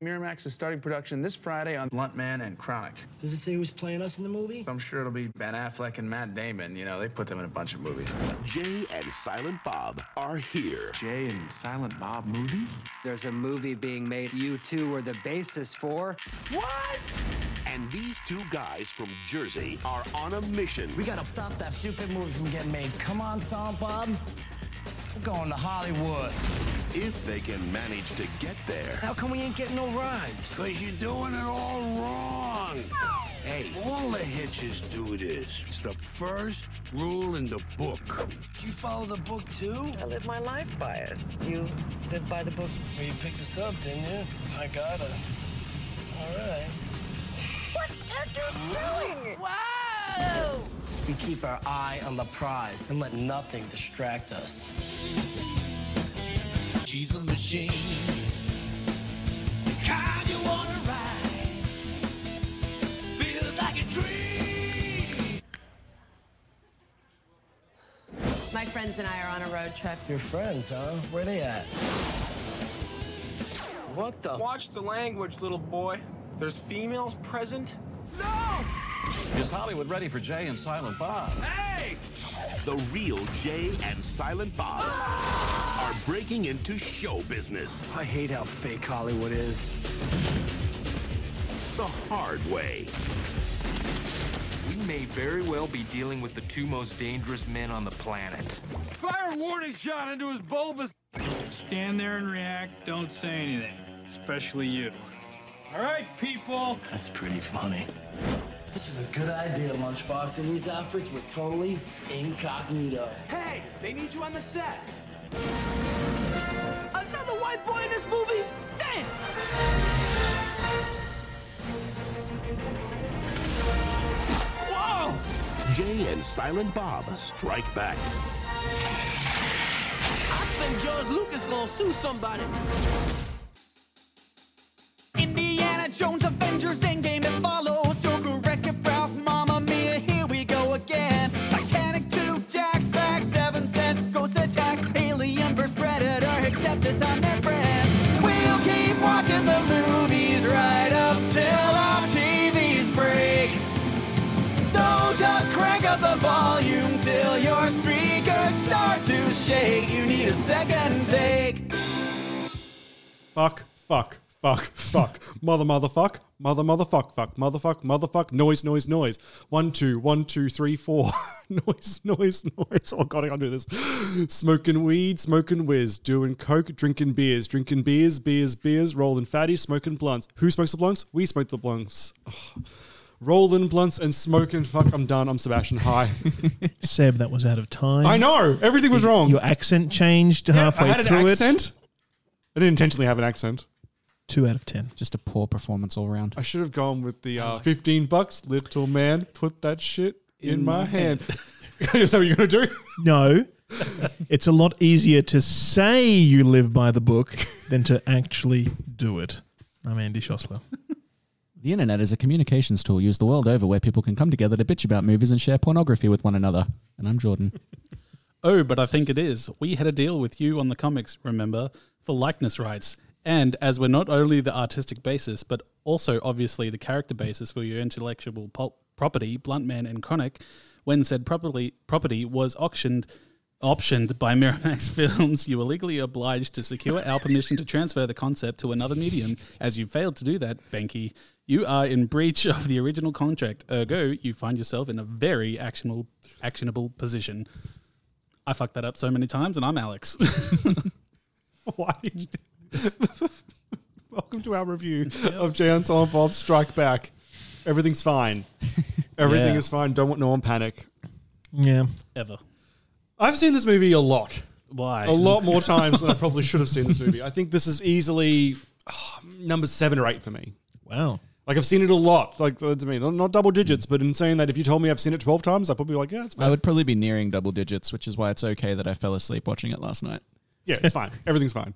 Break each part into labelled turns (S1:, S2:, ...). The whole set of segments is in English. S1: Miramax is starting production this Friday on Bluntman and Chronic.
S2: Does it say who's playing us in the movie?
S1: I'm sure it'll be Ben Affleck and Matt Damon. You know, they put them in a bunch of movies.
S3: Jay and Silent Bob are here.
S1: Jay and Silent Bob movie?
S4: There's a movie being made you two were the basis for.
S3: And these two guys from Jersey are on a mission
S2: We gotta stop that stupid movie from getting made. Come on, Silent Bob. We're going to Hollywood.
S3: if they can manage to get there.
S2: How come we ain't getting no rides?
S5: Because you're doing it all wrong. Hey, all the hitches do this. It's the first rule in the book.
S2: You follow the book too?
S6: I live my life by it. You live by the book.
S2: Well, you picked us up, didn't you? I gotta. All right.
S6: What are you doing? Wow!
S2: We keep our eye on the prize and let nothing distract us.
S5: She's a machine. Kind you wanna ride. Feels like a dream.
S7: My friends and I are on a road trip.
S2: Your friends, huh? Where they at? What the?
S1: Watch the language, little boy. There's females present.
S8: Is Hollywood ready for Jay and Silent Bob?
S3: The real Jay and Silent Bob are breaking into show business
S2: I hate how fake Hollywood is.
S3: the hard way.
S9: We may very well be dealing with the two most dangerous men on the planet.
S4: Fire a warning shot into his bulbous.
S5: Stand there and react. Don't say anything, especially you. All right, people.
S2: That's pretty funny. This was a good idea, Lunchbox, and these outfits were totally incognito.
S5: Hey, they need you on the set.
S6: Another white boy in this movie? Damn!
S5: Whoa!
S3: Jay and Silent Bob strike back.
S6: I think George Lucas gonna sue somebody.
S5: Indiana Jones Avengers Endgame it follows. Joker, wreck Ralph, Mamma Mia, here we go again. Titanic 2, Jack's back, 7 cents, Ghost Attack, Alien vs. Predator, except this on their friend. We'll keep watching the movies right up till our TVs break. So just crank up the volume till your speakers start to shake. You need a second take.
S10: fuck, fuck, fuck, fuck, mother, motherfuck, mother, motherfuck, fuck, motherfuck, motherfuck, noise, noise, noise. One, two, one, two, three, four. noise, noise, noise. Oh god, I can't do this. Smoking weed, smoking whiz, doing coke, drinking beers, drinking beers, beers, beers, rolling fatty, smoking blunts. Who smokes the blunts? We smoke the blunts. Ugh. Rolling blunts and smoking. Fuck, I'm done. I'm Sebastian. Hi.
S11: Seb, that was out of time.
S10: I know everything was wrong.
S11: Your accent changed
S10: Yeah,
S11: halfway
S10: I had an
S11: through
S10: accent.
S11: it.
S10: I didn't intentionally have an accent.
S11: Two out of ten.
S9: Just a poor performance all round.
S10: I should have gone with the uh, 15 bucks, little man. Put that shit in, my hand. Is that what you're going to do?
S11: No, it's a lot easier to say you live by the book than to actually do it. I'm Andy Schossler.
S9: The internet is a communications tool used the world over where people can come together to bitch about movies and share pornography with one another. And I'm Jordan.
S12: Oh, but I think it is. We had a deal with you on the comics, remember, for likeness rights. And as we're not only the artistic basis, but also obviously the character basis for your intellectual pulp property, Bluntman and Chronic, when said property property was auctioned optioned by Miramax Films, you were legally obliged to secure our permission to transfer the concept to another medium. As you failed to do that, Benki, you are in breach of the original contract. Ergo, you find yourself in a very actionable actionable position. I fucked that up so many times, and I'm Alex.
S10: Why did you... Welcome to our review of Jan Silent Bob Strike Back. Everything's fine. Everything
S12: Yeah.
S10: is fine. Don't want no one panic.
S11: Yeah,
S12: Ever.
S10: I've seen this movie a lot.
S13: Why?
S3: A lot more times than I probably should have seen this movie. I think this is easily ah, number seven or eight for me.
S5: Wow.
S3: Like I've seen it a lot. Like uh, to me, not not double digits, but in saying that, if you told me I've seen it twelve times, I'd probably be like, yeah, it's fine.
S10: I would probably be nearing double digits, which is why it's okay that I fell asleep watching it last night.
S3: yeah, it's fine. Everything's fine.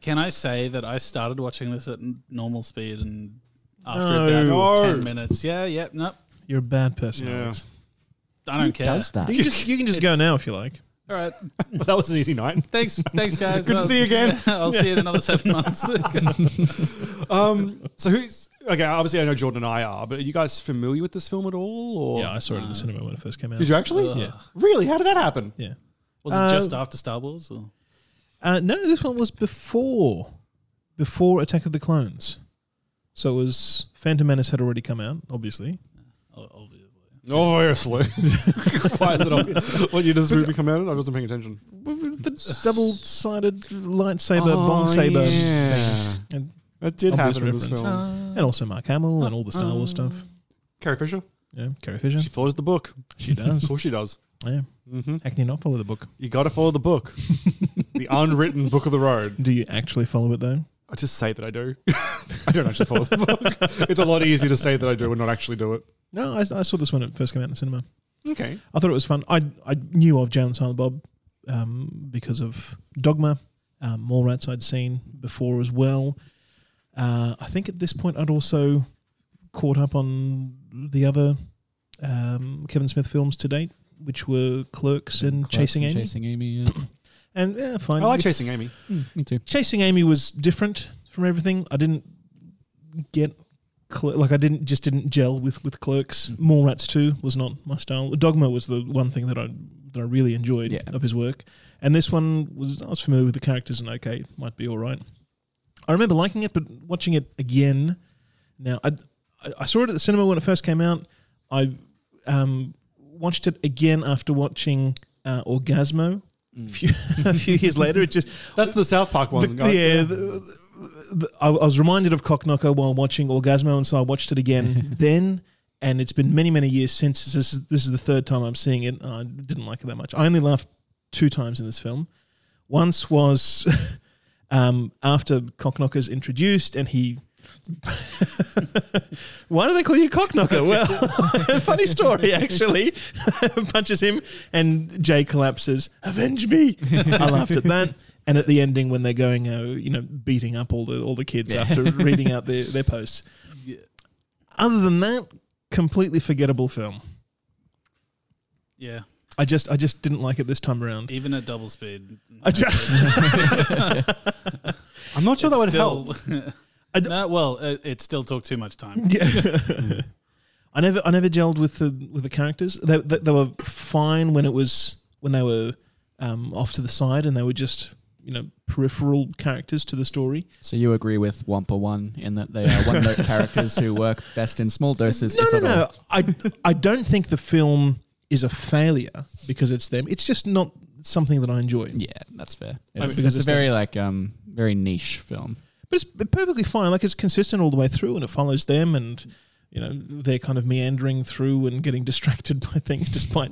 S13: Can I say that I started watching this at n- normal speed and after
S5: No.
S13: about
S5: No.
S13: ten minutes? Yeah, yep, nope.
S5: You're a bad person. Alex.
S13: I don't care.
S5: You can just you can just go now if you like.
S13: All right.
S3: Well, that was an easy night.
S13: Thanks, thanks, guys.
S3: Good to
S13: I'll-
S3: see you again.
S13: I'll see you in another seven months.
S3: um, so who's okay? Obviously, I know Jordan and I are, but are you guys familiar with this film at all? Or
S5: Yeah, I saw it at the cinema when it first came out.
S3: Did you actually?
S5: Yeah.
S3: Really? How did that happen? Um,
S5: Yeah.
S13: Was it
S5: Uh,
S13: just after Star Wars? Or?
S5: Uh, no, this one was before before Attack of the Clones. So it was Phantom Menace had already come out, obviously.
S3: Obviously. Why is it obvious? What year does this
S5: But-
S3: movie come out? in? I wasn't paying attention.
S5: The double sided lightsaber,
S3: Oh,
S5: bong saber.
S3: yeah.
S5: And
S3: That did
S5: obvious
S3: happen in this
S5: reference.
S3: film.
S5: And also Mark Hamill and all the Star Wars stuff.
S3: Carrie Fisher.
S5: Yeah, Carrie Fisher.
S3: She follows the book.
S5: She does.
S3: Of course she does.
S5: Yeah.
S3: Mm-hmm.
S5: How can you not follow the book?
S3: You got to follow the book, the unwritten book of the road.
S5: Do you actually follow it though?
S3: I just say that I do. I don't actually follow the book. It's a lot easier to say that I do and not actually do it.
S5: No, I, I saw this when it first came out in the cinema.
S3: Okay.
S5: I thought it was fun. I I knew of Jalen Silent Bob um, because of Dogma, um, Mallrats I'd seen before as well. Uh, I think at this point I'd also caught up on the other um, Kevin Smith films to date, which were Clerks and
S10: Clerks
S5: Chasing
S10: and
S5: Amy.
S10: Chasing Amy. Yeah.
S5: And yeah, fine.
S3: I like Chasing Amy.
S10: Me too.
S5: Chasing Amy was different from everything. I didn't get cl- like I didn't just didn't gel with with Clerks.
S3: Mm.
S5: Mallrats too was not my style. Dogma was the one thing that I that I really enjoyed
S10: Yeah.
S5: of his work, and this one was I was familiar with the characters and okay, might be all right. I remember liking it, but watching it again now, I I- I saw it at the cinema when it first came out. I um, watched it again after watching uh, Orgasmo. A few, a few years later, it just
S3: Mm. That's the South Park one.
S5: the- yeah, the- the- I, I was reminded of Cock Knocker while watching Orgasmo, and so I watched it again then. And it's been many, many years since this is this is the third time I'm seeing it. and I didn't like it that much. I only laughed two times in this film. Once was um, after Cock Knocker's introduced, and he. Why do they call you Cock Knocker? Well, funny story actually. Punches him, and Jay collapses. Avenge me! I laughed at that. And at the ending, when they're going, uh, you know, beating up all the all the kids
S13: Yeah.
S5: after reading out their their posts. Other than that, completely forgettable film.
S13: Yeah,
S5: I just I just didn't like it this time around.
S13: even at double speed.
S5: I ju-
S3: I'm not sure that would help.
S13: help. no, well, it, it still took too much time.
S5: Yeah. I never I never gelled with the with the characters. They, they, they were fine when it was when they were um, off to the side and they were just you know peripheral characters to the story.
S10: So you agree with Wampa One in that they are one-note characters who work best in small doses.
S5: No
S10: if
S5: no
S10: at all.
S5: no. I I don't think the film is a failure because it's them. It's just not something that I enjoy.
S10: Yeah, that's fair. It's,
S5: mean,
S10: it's
S5: because
S10: a
S5: it's
S10: very like um very niche film.
S5: But it's perfectly fine. Like it's consistent all the way through, and it follows them, and you know they're kind of meandering through and getting distracted by things, despite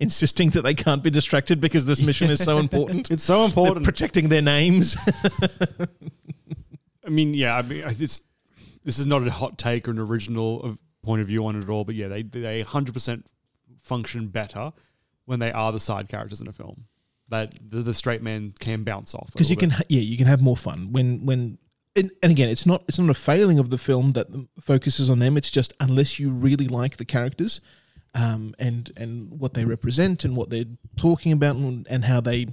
S5: insisting that they can't be distracted because this mission is so important.
S3: It's so
S5: They're
S3: important.
S5: protecting their names.
S3: I mean, yeah, I mean, I- it's this is not a hot take or an original of- point of view on it at all, but yeah, they they 100% function better when they are the side characters in a film that the, the straight man can bounce off a
S5: because you
S3: little
S5: can
S3: bit.
S5: ha- yeah you can have more fun when when and, and again it's not it's not a failing of the film that focuses on them it's just unless you really like the characters um, and and what they represent and what they're talking about and, and how they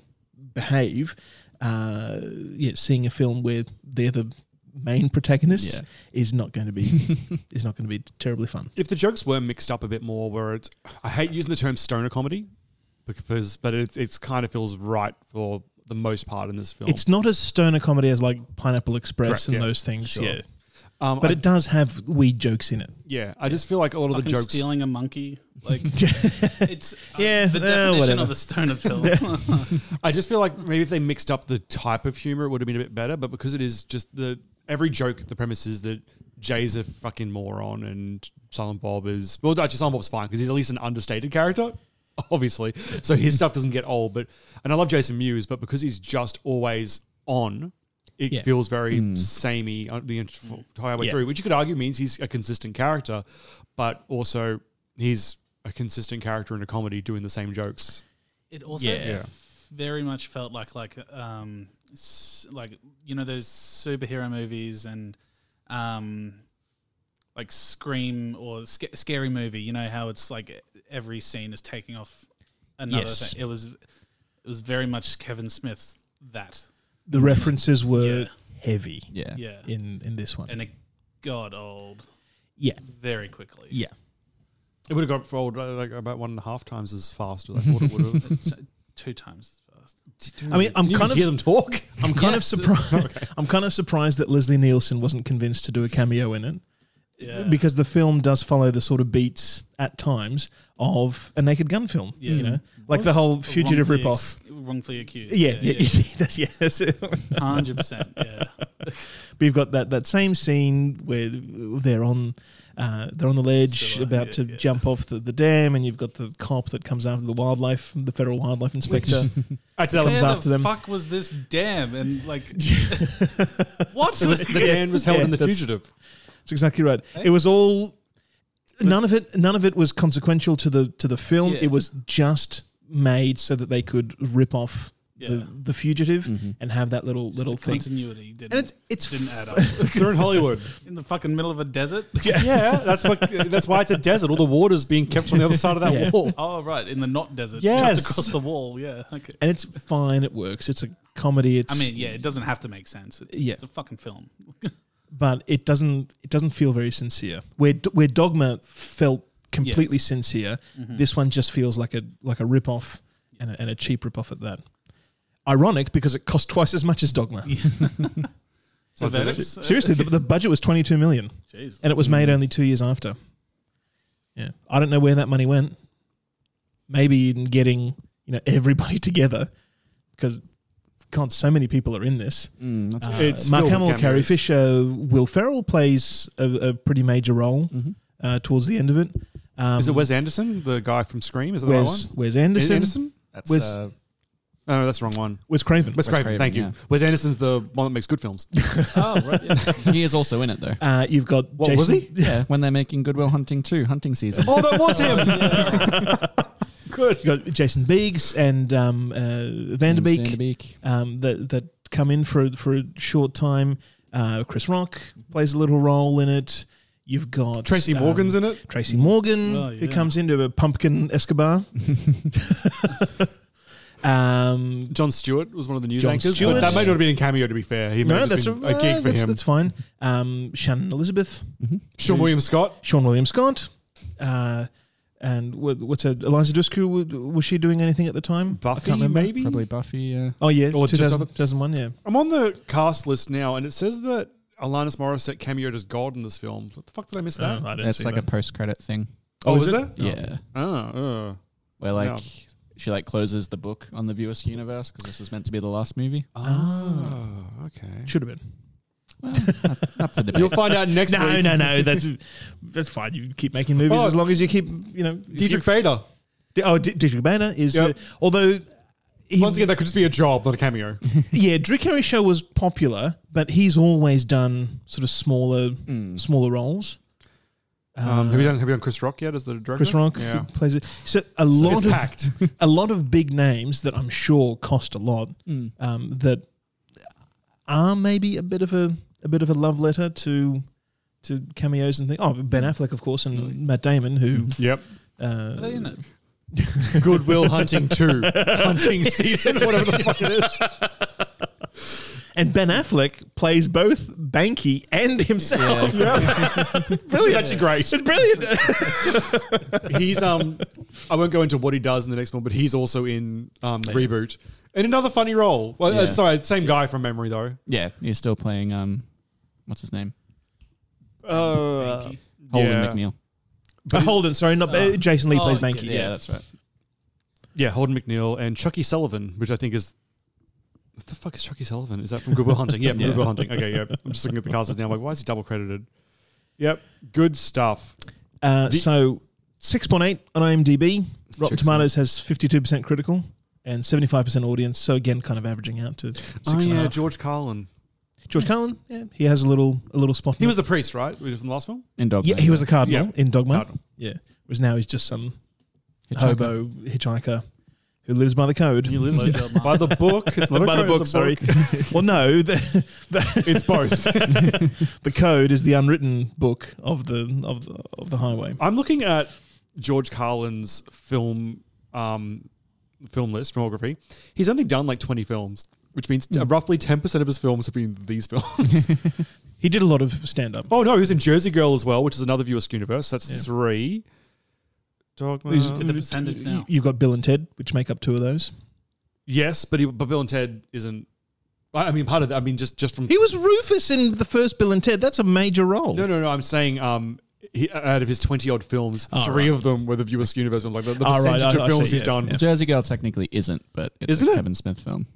S5: behave uh, yeah seeing a film where they're the main protagonists is not going to be is not going to be terribly fun
S3: if the jokes were mixed up a bit more, where it's I hate using the term stoner comedy because, but it it's kind of feels right for the most part in this film.
S5: it's not as stern a comedy as like pineapple
S3: Oh. Correct,
S5: express and
S3: yeah.
S5: those things
S3: Sure.
S5: yeah
S3: um,
S5: but
S3: I-
S5: it does have weed jokes in it
S3: yeah, I just feel like a lot of the
S13: Fucking
S3: jokes.
S13: stealing a monkey. Like it's uh,
S5: Yeah,
S13: the
S5: eh,
S13: definition
S5: whatever.
S13: of a stoner film.
S3: I just feel like maybe if they mixed up the type of humor, it would have been a bit better. But because it is just the every joke, the premise is that Jay's a fucking moron and Silent Bob is well, actually Silent Bob's fine because he's at least an understated character. obviously. So his stuff doesn't get old. But and I love Jason Mewes, but because he's just always on, it
S10: Yeah.
S3: feels very
S10: Mm.
S3: samey uh, the ent- entire way
S10: Yeah.
S3: through, which you could argue means he's a consistent character, but also he's a consistent character in a comedy doing the same jokes.
S13: It also
S3: Yeah. Yeah.
S13: very much felt like like um s- like you know those superhero movies and um like Scream or sc- Scary Movie. You know how it's like every scene is taking off another
S5: Yes.
S13: thing. It was it was very much Kevin Smith's that.
S5: The references were heavy.
S10: Yeah.
S13: Yeah.
S5: In in this one.
S13: and it got old.
S5: Yeah.
S13: very quickly.
S5: yeah.
S3: It would have got for old uh, like about one and a half times as fast as I thought it would have.
S13: Two times as fast.
S5: I mean, I'm
S3: You
S5: kind
S3: can
S5: of
S3: hear them talk.
S5: I'm kind
S3: Yes.
S5: of surprised. I'm kind of surprised that Leslie Nielsen wasn't convinced to do a cameo in it,
S13: Yeah.
S5: because the film does follow the sort of beats at times of a Naked Gun film. You know, like the whole fugitive
S13: Wrongfully
S5: ripoff.
S13: ex- wrongfully accused.
S5: Yeah, yeah, that's- yeah, that's it.
S13: Hundred percent. Yeah.
S5: We've got that, that same scene where they're on uh, they're on the ledge about to jump off the, the dam, and you've got the cop that comes after the wildlife, the federal wildlife inspector.
S3: Actually, that
S5: comes
S3: was-
S13: Where
S5: after
S13: the
S5: them.
S13: fuck was this dam? And like, what?
S3: It was- the dam was held in The
S5: that's-
S3: Fugitive.
S5: That's exactly right. It was all none of it none of it was consequential to the to the film.
S13: Yeah.
S5: It was just made so that they could rip off
S13: Yeah.
S5: the, the fugitive and have that little little
S13: the
S5: thing.
S13: continuity didn't,
S5: And it- it's
S13: didn't add up.
S3: They're in Hollywood.
S13: in the fucking middle of a desert.
S3: yeah, that's what, that's why it's a desert. All the water's being kept on the other side of that
S5: Yeah.
S3: wall.
S13: Oh right, in the not desert.
S3: Yes.
S13: just across the wall. Yeah. Okay.
S5: And it's fine. It works. It's a comedy. It's
S13: I mean, yeah, it doesn't have to make sense. It's,
S5: Yeah.
S13: it's a fucking film.
S5: but it doesn't it doesn't feel very sincere. Where D- where Dogma felt completely sincere,
S13: Mhm.
S5: this one just feels like a like a rip off and, a, and a cheap rip off at that. Ironic because it cost twice as much as Dogma.
S13: So verdicts?
S5: Seriously, the, the budget was 22 million.
S13: Jeez.
S5: And it was made only two years after. Yeah. I don't know where that money went. Maybe in getting, you know, everybody together because God, so many people are in this.
S10: Mm, that's
S5: Uh,
S10: right. It's
S5: Mark
S10: filled with
S5: Hamill, Carrie
S10: cameos.
S5: Fisher, Will Ferrell plays a, a pretty major role uh, towards the end of it. Um,
S3: is it Wes Anderson, the guy from Scream? Is that
S5: Wes-
S3: the right one?
S5: Wes Anderson.
S3: An- Anderson?
S5: That's, Wes- uh,
S3: no, no, that's the wrong one.
S5: Wes Craven.
S3: Wes,
S5: Wes
S3: Craven,
S5: Craven,
S3: thank you.
S5: yeah.
S3: Wes Anderson's the one that makes good films.
S13: oh, right.
S10: he is also in it though.
S5: Uh, you've got
S3: What, was Jason- he?
S5: Ah.
S10: Yeah, when they're making Goodwill Hunting too, hunting season.
S3: Oh, that was him.
S5: Good. You got Jason Biggs and um, uh, Vanderbeek, Um, that that come in for for a short time. Uh, Chris Rock plays a little role in it. You've got um,
S3: Tracy Morgan's in it?
S5: Tracy Morgan,
S3: Oh,
S5: who
S3: yeah.
S5: comes into a pumpkin Escobar. um,
S3: John Stewart was one of the news
S5: Jon
S3: anchors.
S5: Stewart.
S3: But that may not have been a cameo, to be fair. He may
S5: no,
S3: have just
S5: that's a,
S3: been a, gig for
S5: uh, that's,
S3: him. Mm-hmm.
S5: that's fine. Um, Shannon Elizabeth,
S3: Sean William Scott,
S5: Sean William Scott, uh, and what, what's her, Eliza Dushku? wa- Was she doing anything at the time? I
S3: Buffy,
S5: can't remember.
S3: maybe?
S10: Probably Buffy. uh, Yeah.
S5: Oh yeah,
S3: Or just
S5: 2000,
S3: other-
S5: 2001, Yeah,
S3: I'm on the cast list now, and it says that Alanis Morissette cameoed as God in this film. What the fuck did I miss
S5: Oh,
S3: that?
S10: That's like a post-credit thing.
S3: Oh, is it?
S10: Yeah.
S3: Oh, uh,
S10: Where like
S3: No.
S10: she like closes the book on the viewers universe because this was meant to be the last movie.
S3: Oh, okay.
S5: Ah. should have been.
S10: Up for debate.
S3: You'll find out next
S5: no,
S3: week.
S5: No, no, That's that's fine. You keep making movies
S3: Oh.
S5: as long as you keep, you know,
S3: Dietrich
S5: if you-
S3: Bader.
S5: D- Oh, D- Dietrich Bader is uh,
S3: Yep.
S5: although. He,
S3: Once again, that could just be a job, not a cameo. Um,
S5: yeah, Drew Carey show was popular, but he's always done sort of smaller, smaller roles. Uh,
S3: Um, have you done Have you done Chris Rock yet as the director?
S5: Chris Rock
S3: Yeah.
S5: who plays it. So a lot
S3: it's
S5: of
S3: packed.
S5: a lot of big names that I'm sure cost a lot. Um, that are maybe a bit of a a bit of a love letter to to cameos and things. Oh, Ben Affleck, of course, and Matt Damon, who
S3: Yep.
S5: uh,
S13: Are they in it?
S3: Goodwill Hunting Two, Hunting Season, whatever the fuck it is.
S5: and Ben Affleck plays both Banky and himself.
S3: Brilliant, actually great.
S5: It's brilliant.
S3: He's um, I won't go into what he does in the next one, but he's also in um reboot in another funny role. Well, uh,
S10: Yeah.
S3: sorry, same guy from memory though.
S10: yeah, he's still playing. Um, what's his name?
S3: Uh,
S10: Holden
S3: yeah.
S10: McNeil.
S5: Uh, Holden, sorry, not
S3: Oh.
S5: uh, Jason Lee plays Banky.
S10: Yeah, that's right.
S3: Yeah, Holden McNeil and Chucky Sullivan, which I think is. What the fuck is Chucky Sullivan? Is that from Goodwill Hunting? Yeah, from
S10: Yeah.
S3: Goodwill Hunting. Okay, yeah. I'm just looking at
S5: Oh,
S3: the casters now. I'm like, why is he double credited? Yep, good stuff.
S5: Uh, so 6.8 on IMDb. Rotten
S3: Checks
S5: Tomatoes has 52% critical and 75% audience. So again, kind of averaging out to six
S3: Oh,
S5: and a
S3: yeah,
S5: half.
S3: George Carlin.
S5: George Carlin, yeah, he has a little a little spot. in
S3: He
S5: it.
S3: was the priest, right? We did From the last film?
S5: Yeah, he was a cardinal
S3: Yeah.
S5: in Dogma.
S3: Cardinal.
S5: Yeah, whereas now he's just some
S3: Hitchhiker.
S5: hobo hitchhiker who lives by the code. He
S3: lives Blowjob by the book. It's not a
S5: by the
S3: code,
S5: book.
S3: it's a
S5: sorry.
S3: book.
S5: well, no, the, the
S3: It's both.
S5: the code is the unwritten book of the of the, of the highway.
S3: I'm looking at George Carlin's film um, film list, filmography. He's only done like 20 films, which means
S5: Hmm.
S3: t- roughly 10% of his films have been these films.
S5: he did a lot of stand up.
S3: Oh, no, he was in Jersey Girl as well, which is another Viewersk universe. That's three. Dogma.
S5: Is-
S13: the percentage now.
S5: You've got Bill and Ted, which make up two of those.
S3: Yes, but, he, but Bill and Ted isn't. I I mean, part of that. I mean, just just from
S5: He was Rufus in the first Bill and Ted. That's a major role.
S3: No, no, no. I'm saying um, he, out of his 20 odd films, three
S5: Oh,
S3: of them were the Viewersk universe. I'm like the, the
S5: Oh, right,
S3: percentage
S5: I- I
S3: of films
S5: see,
S3: he's
S5: yeah,
S3: done.
S5: yeah.
S10: Jersey Girl technically isn't, but it's
S3: Isn't
S10: a
S3: it?
S10: Kevin Smith film.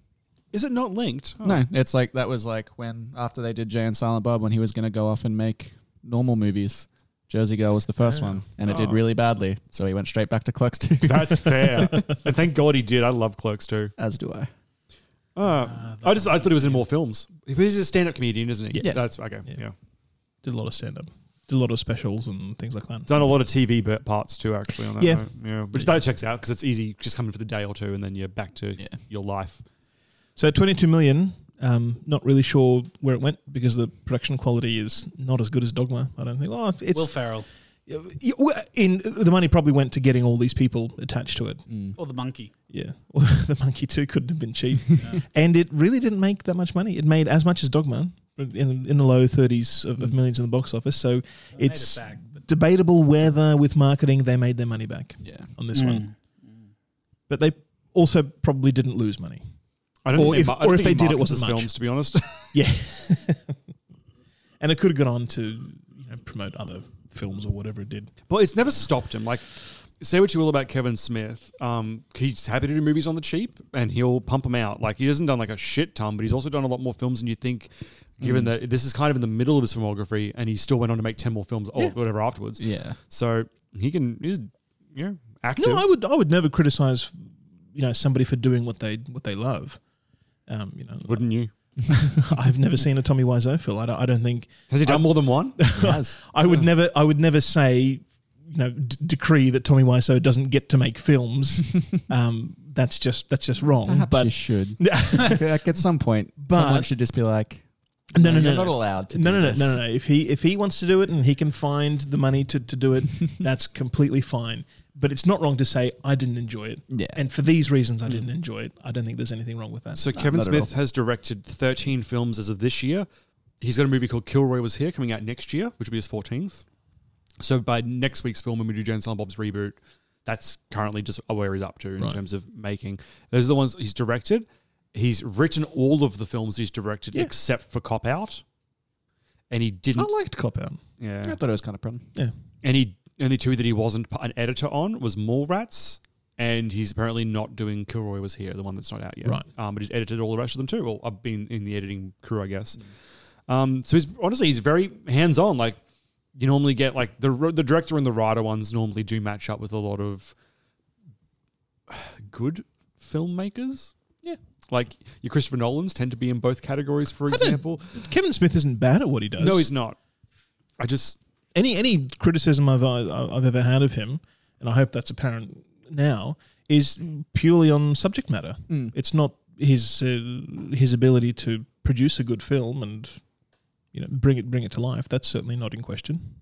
S3: Is it not linked? Oh.
S10: No, it's like that was like when after they did Jay and Silent Bob, when he was going to go off and make normal movies. Jersey Girl was the first
S3: Ah.
S10: one, and it did
S13: Oh.
S3: Ah.
S10: really badly, so he went straight back to Clerks Two.
S3: That's fair. and thank God he did. I love Clerks too.
S10: As do I.
S3: Uh, I just I thought he was in more films. But he's a stand up comedian, isn't he?
S5: Ah, Yeah.
S3: That's okay. Yeah.
S5: Did a lot of stand up. Did a lot of specials and things like that.
S3: Done a lot of TV bit parts too, actually. On that
S5: Yeah.
S3: note. yeah. But that checks out because it's easy just coming for the day or two and then you're back to your life.
S5: So 22 million. Um, not really sure where it went because the production quality is not as good as Dogma. I don't think. Well, it's
S13: Will Ferrell
S5: Yeah, well, in the money probably went to getting all these people attached to it.
S13: or the monkey.
S5: Yeah, well, the Monkey Two couldn't have been cheap, and it really didn't make that much money. It made as much as Dogma but in in the low 30s of, of millions in the box office. So it's debatable whether with marketing they made their money back.
S10: Yeah.
S5: on this one, but they also probably didn't lose money.
S3: I don't
S5: or
S3: think
S5: if,
S3: they mar- I don't
S5: or if
S3: think
S5: they
S3: he
S5: did, it
S3: markets
S5: wasn't
S3: his
S5: much.
S3: films, to be honest.
S5: Yeah, and it could have gone on to you know, promote other films or whatever it did.
S3: But it's never stopped him. Like, say what you will about Kevin Smith, um, he's happy to do movies on the cheap, and he'll pump them out. Like, he hasn't done like a shit ton, but he's also done a lot more films than you think. Given
S10: Mm.
S3: that this is kind of in the middle of his filmography, and he still went on to make ten more films or
S5: Yeah.
S3: whatever afterwards.
S10: Yeah.
S3: So he can he's yeah active.
S5: No, I would I would never criticize you know somebody for doing what they what they love. Um, you know,
S3: wouldn't you?
S5: I've never seen a Tommy Wiseau film. I don't, I don't think
S3: Has he done
S5: I-
S3: more than one?
S5: I
S10: Hmm.
S5: would never I would never say you know d- decree that Tommy Wiseau doesn't get to make films. um, that's just that's just wrong.
S10: Perhaps
S5: but
S10: you should. like at some point,
S5: But-
S10: someone should just be like,
S5: No, no, no,
S10: you're
S5: no.
S10: not allowed to.
S5: No,
S10: do
S5: no, no,
S10: this.
S5: no, no, no. If he if he wants to do it and he can find the money to, to do it, that's completely fine. But it's not wrong to say I didn't enjoy it.
S10: Yeah. Hmm.
S5: And for these reasons, I didn't enjoy it. I don't think there's anything wrong with that.
S3: So Kevin Smith has directed 13 films as of this year. He's got a movie called Kilroy Was Here coming out next year, which will be his 14th. So by next week's film, when we do Jane and Silent Bob's reboot, that's currently just where he's up to in
S5: Right.
S3: terms of making. Those are the ones he's directed. He's written all of the films he's directed
S5: Yeah.
S3: except for Cop Out. And he didn't.
S5: I liked Cop Out.
S3: yeah.
S10: I thought it was kind of fun.
S5: Yeah.
S3: And he only two that he wasn't p- an editor on was Mallrats, and he's apparently not doing Kilroy was here, the one that's not out yet.
S5: Right.
S3: Um, but he's edited all the rest of them too. Well, I've been in the editing crew, I guess. Um, so he's honestly he's very hands on. Like you normally get like the r- the director and the writer ones normally do match up with a lot of good filmmakers.
S10: Yeah.
S3: Like your Christopher Nolans tend to be in both categories, for
S5: I don't-
S3: example.
S5: Kevin Smith isn't bad at what he does.
S3: No, he's not. I just
S5: any any criticism I've I- I've ever had of him, and I hope that's apparent now, is purely on subject matter.
S3: Hmm.
S10: Mm.
S5: It's not his uh, his ability to produce a good film and you know bring it bring it to life. That's certainly not in question.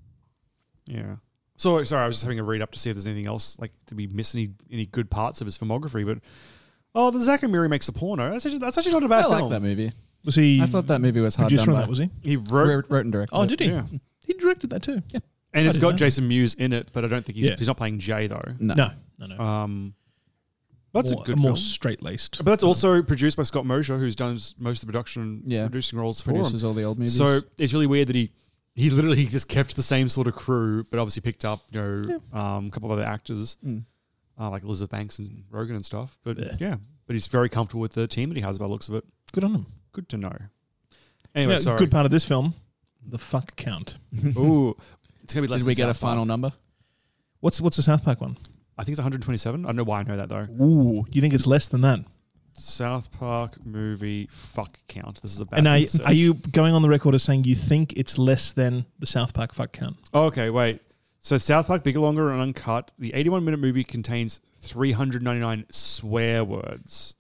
S3: Yeah. So sorry, I was just having a read up to see if there's anything else like did we miss any any good parts of his filmography? But oh, the Zachary makes a porno. That's actually, that's actually not a bad
S10: I
S3: film.
S10: like that movie.
S5: Was he?
S10: I thought that movie was hard
S5: producer
S10: done
S5: on
S10: by.
S5: that was he?
S3: He wrote,
S10: Wrote, wrote and directed.
S5: Oh,
S10: it.
S5: did he?
S3: Yeah.
S5: He directed that too. Yeah.
S3: and
S5: I
S3: it's
S5: didn't
S3: got
S5: know.
S3: Jason Mewes in it, but I don't think he's
S5: Yeah.
S3: he's not playing Jay though.
S10: No.
S5: No, no, no.
S3: Um, that's
S5: More-
S3: a good
S5: more
S3: film.
S5: straight laced.
S3: But that's also produced by Scott Mosher, who's done s- most of the production
S10: Yeah.
S3: producing roles for
S10: Produces
S3: him.
S10: all the old movies.
S3: So it's really weird that he he literally just kept the same sort of crew, but obviously picked up you know um, a couple of other actors
S10: Mm.
S3: uh, like Elizabeth Banks and Rogan and stuff. But
S5: Yeah.
S3: yeah, but he's very comfortable with the team that he has by the looks of it.
S5: Good on him.
S3: Good to know. Anyway,
S5: You know,
S3: sorry.
S5: Good part of this film, the fuck count.
S3: Ooh, it's gonna be
S10: did
S3: less. than
S10: we get a
S3: South Park.
S10: final number?
S5: What's what's the South Park one?
S3: I think it's 127. I don't know why I know that though.
S5: Ooh, do you think it's less than that?
S3: South Park movie fuck count. This is a bad.
S5: And are,
S3: search.
S5: are you going on the record as saying you think it's less than the South Park fuck count?
S3: Oh, okay, wait. So South Park Bigger Longer and Uncut, the 81 minute movie contains 399 swear words.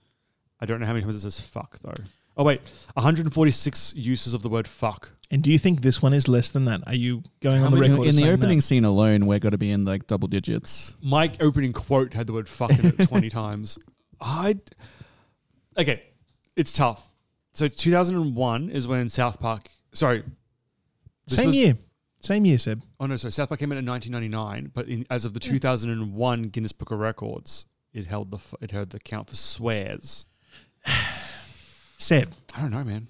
S3: I don't know how many times it says fuck though. Oh wait, 146 uses of the word fuck.
S5: And do you think this one is less than that? Are you going on the record
S10: in
S5: as
S10: the
S5: saying
S10: opening
S5: that?
S10: scene alone, we're going to be in like double digits.
S3: My opening quote had the word fuck in it 20 times. I Okay, it's tough. So 2001 is when South Park, sorry, this
S5: Same
S3: was-
S5: year, same year, Seb.
S3: Oh no, sorry. South Park came out in 1999, but in, as of the 2001 Guinness Book of Records, it held the f- it held the count for swears.
S5: Seb,
S3: I don't know, man.